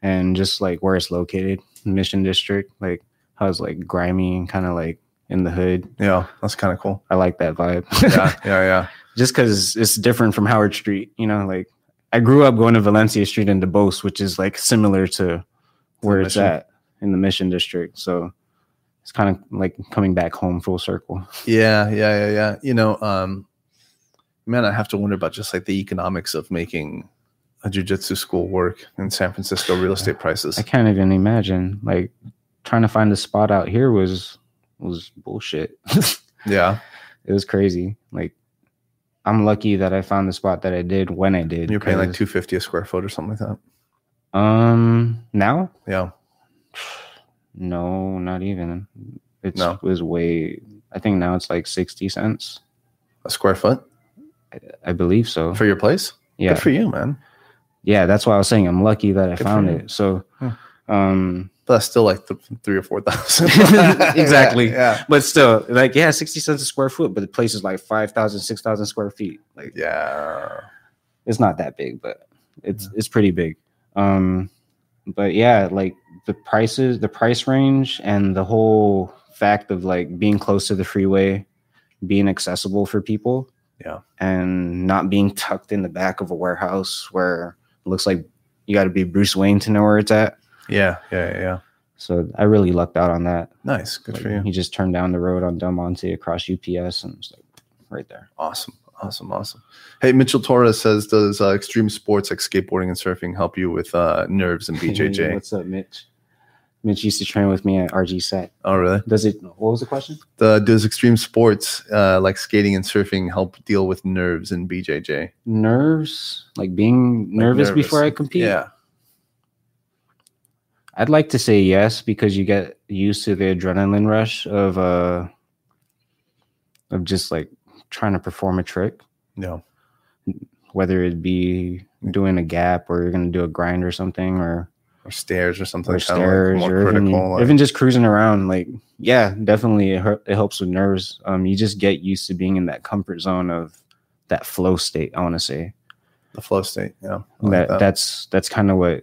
Speaker 2: and just like where it's located, Mission District, like how it's like grimy and kind of like in the hood.
Speaker 1: Yeah. That's kind of cool.
Speaker 2: I like that vibe.
Speaker 1: (laughs) Yeah. yeah. Yeah.
Speaker 2: (laughs) just because it's different from Howard Street. You know, like I grew up going to Valencia Street in DeBose, which is like similar to where it's
Speaker 1: Mission.
Speaker 2: at in the Mission District. So it's kind of like coming back home full circle.
Speaker 1: Yeah, yeah, yeah, yeah. You know, um, man, I have to wonder about just like the economics of making a jujitsu school work in San Francisco real estate prices.
Speaker 2: I can't even imagine like trying to find a spot out here was was bullshit. (laughs) it
Speaker 1: Yeah,
Speaker 2: was crazy. Like I'm lucky that I found the spot that I did when I did.
Speaker 1: you're paying like
Speaker 2: 'cause,
Speaker 1: two fifty a square foot or something like that.
Speaker 2: Um, now
Speaker 1: Yeah,
Speaker 2: No, not even. It's
Speaker 1: No.
Speaker 2: it was way. I think now it's like sixty cents.
Speaker 1: a square foot
Speaker 2: I believe so.
Speaker 1: for your place.
Speaker 2: yeah,
Speaker 1: Good for you, man.
Speaker 2: yeah. That's why I was saying I'm lucky that I
Speaker 1: Good for
Speaker 2: found
Speaker 1: you.
Speaker 2: it. So,
Speaker 1: Hmm.
Speaker 2: um,
Speaker 1: But that's still like th- three or four thousand.
Speaker 2: (laughs)
Speaker 1: (laughs)
Speaker 2: Exactly.
Speaker 1: Yeah,
Speaker 2: but still, like, yeah, sixty cents a square foot, but the place is like 5,000, 6,000 square feet.
Speaker 1: yeah. yeah.
Speaker 2: It's not that big, but it's it's pretty big. Um, but yeah, like the prices, the price range, and the whole fact of like being close to the freeway, being accessible for people.
Speaker 1: Yeah.
Speaker 2: And not being tucked in the back of a warehouse where it looks like you got to be Bruce Wayne to know where it's at.
Speaker 1: Yeah, yeah, yeah, yeah.
Speaker 2: So I really lucked out on that.
Speaker 1: Nice. Good
Speaker 2: Like,
Speaker 1: for you.
Speaker 2: He just turned down the road on Del Monte across UPS and it's like right there.
Speaker 1: Awesome. Awesome. Awesome. Hey, Mitchell Torres says, does uh, extreme sports like skateboarding and surfing help you with uh, nerves
Speaker 2: (laughs)
Speaker 1: and BJJ?
Speaker 2: What's up, Mitch? Mitch used to train with me at RG Set.
Speaker 1: oh, really?
Speaker 2: Does it? What was the question?
Speaker 1: The, does extreme sports uh, like skating and surfing help deal with nerves and BJJ?
Speaker 2: Nerves, like being nervous,
Speaker 1: nervous.
Speaker 2: before I compete.
Speaker 1: Yeah.
Speaker 2: I'd like to say yes because you get used to the adrenaline rush of uh of just like trying to perform a trick,
Speaker 1: No.
Speaker 2: whether it be doing a gap or you're gonna do a grind or something or,
Speaker 1: Or stairs or something.
Speaker 2: or
Speaker 1: kinda like
Speaker 2: stairs
Speaker 1: more
Speaker 2: or even,
Speaker 1: critical. like-
Speaker 2: even just cruising around. Like yeah, definitely it, hel- it helps with nerves. Um, you just get used to being in that comfort zone of that flow state. I want to say
Speaker 1: the flow state. Yeah. I like
Speaker 2: that,
Speaker 1: that.
Speaker 2: that's that's kind of what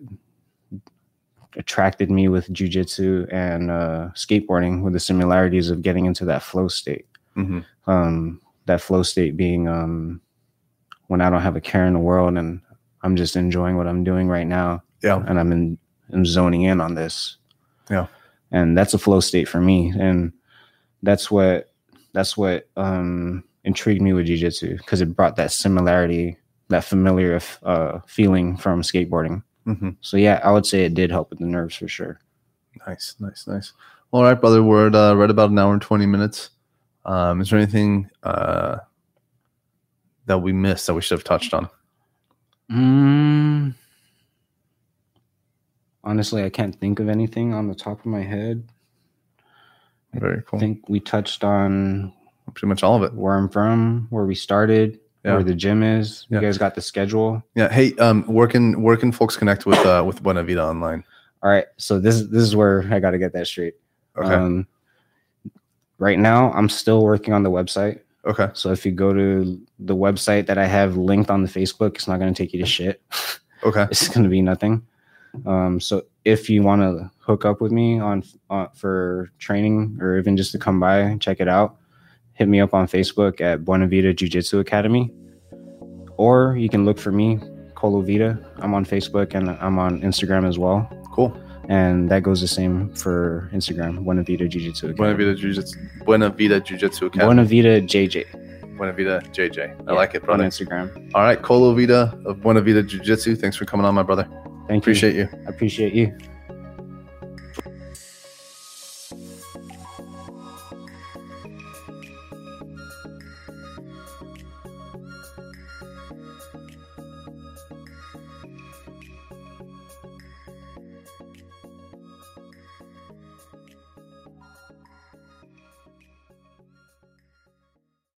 Speaker 2: attracted me with jujitsu and uh, skateboarding with the similarities of getting into that flow state.
Speaker 1: Mhm.
Speaker 2: Um, that flow state being um, when I don't have a care in the world and I'm just enjoying what I'm doing right now
Speaker 1: Yeah.
Speaker 2: Oh. and I'm in I'm zoning in on this.
Speaker 1: Yeah.
Speaker 2: And that's a flow state for me. And that's what that's what um intrigued me with jujitsu because it brought that similarity, that familiar uh feeling from skateboarding.
Speaker 1: hmm
Speaker 2: So yeah, I would say it did help with the nerves for sure.
Speaker 1: Nice. Nice. Nice. All right, brother. We're at, uh, right about an hour and 20 minutes. Um, is there anything uh, that we missed that we should have touched on?
Speaker 2: Mm. Honestly, I can't think of anything on the top of my head.
Speaker 1: Very
Speaker 2: I
Speaker 1: cool.
Speaker 2: think we touched on
Speaker 1: Pretty much all of it.
Speaker 2: where I'm from, where we started,
Speaker 1: Yeah.
Speaker 2: where the gym is.
Speaker 1: Yeah.
Speaker 2: You guys got the schedule.
Speaker 1: Yeah. Hey, um, where can where can folks connect with uh with Buena Vida online?
Speaker 2: All right. So this this is where I got to get that straight.
Speaker 1: Okay.
Speaker 2: Um, right now, I'm still working on the website.
Speaker 1: okay.
Speaker 2: So if you go to the website that I have linked on the Facebook, it's not going to take you to shit. (laughs)
Speaker 1: Okay.
Speaker 2: it's going to be nothing. Um, so if you want to hook up with me on, on for training or even just to come by and check it out, hit me up on Facebook at Buena Vita Jiu Jitsu Academy, or you can look for me, Colo Vita. I'm on Facebook and I'm on Instagram as well,
Speaker 1: Cool.
Speaker 2: and that goes the same for Instagram, Buena Vita Jiu Jitsu
Speaker 1: Buena
Speaker 2: Academy.
Speaker 1: Vida Jiu Jitsu. Buena Vida Jiu Jitsu Academy.
Speaker 2: Buena Vita JJ
Speaker 1: Buena Vida JJ. I
Speaker 2: Yeah,
Speaker 1: like it,
Speaker 2: on
Speaker 1: brother.
Speaker 2: Instagram.
Speaker 1: All right, Colo Vida of Buena Vida Jiu Jitsu. Thanks for coming on, my brother.
Speaker 2: Thank
Speaker 1: Appreciate you.
Speaker 2: you. I appreciate you.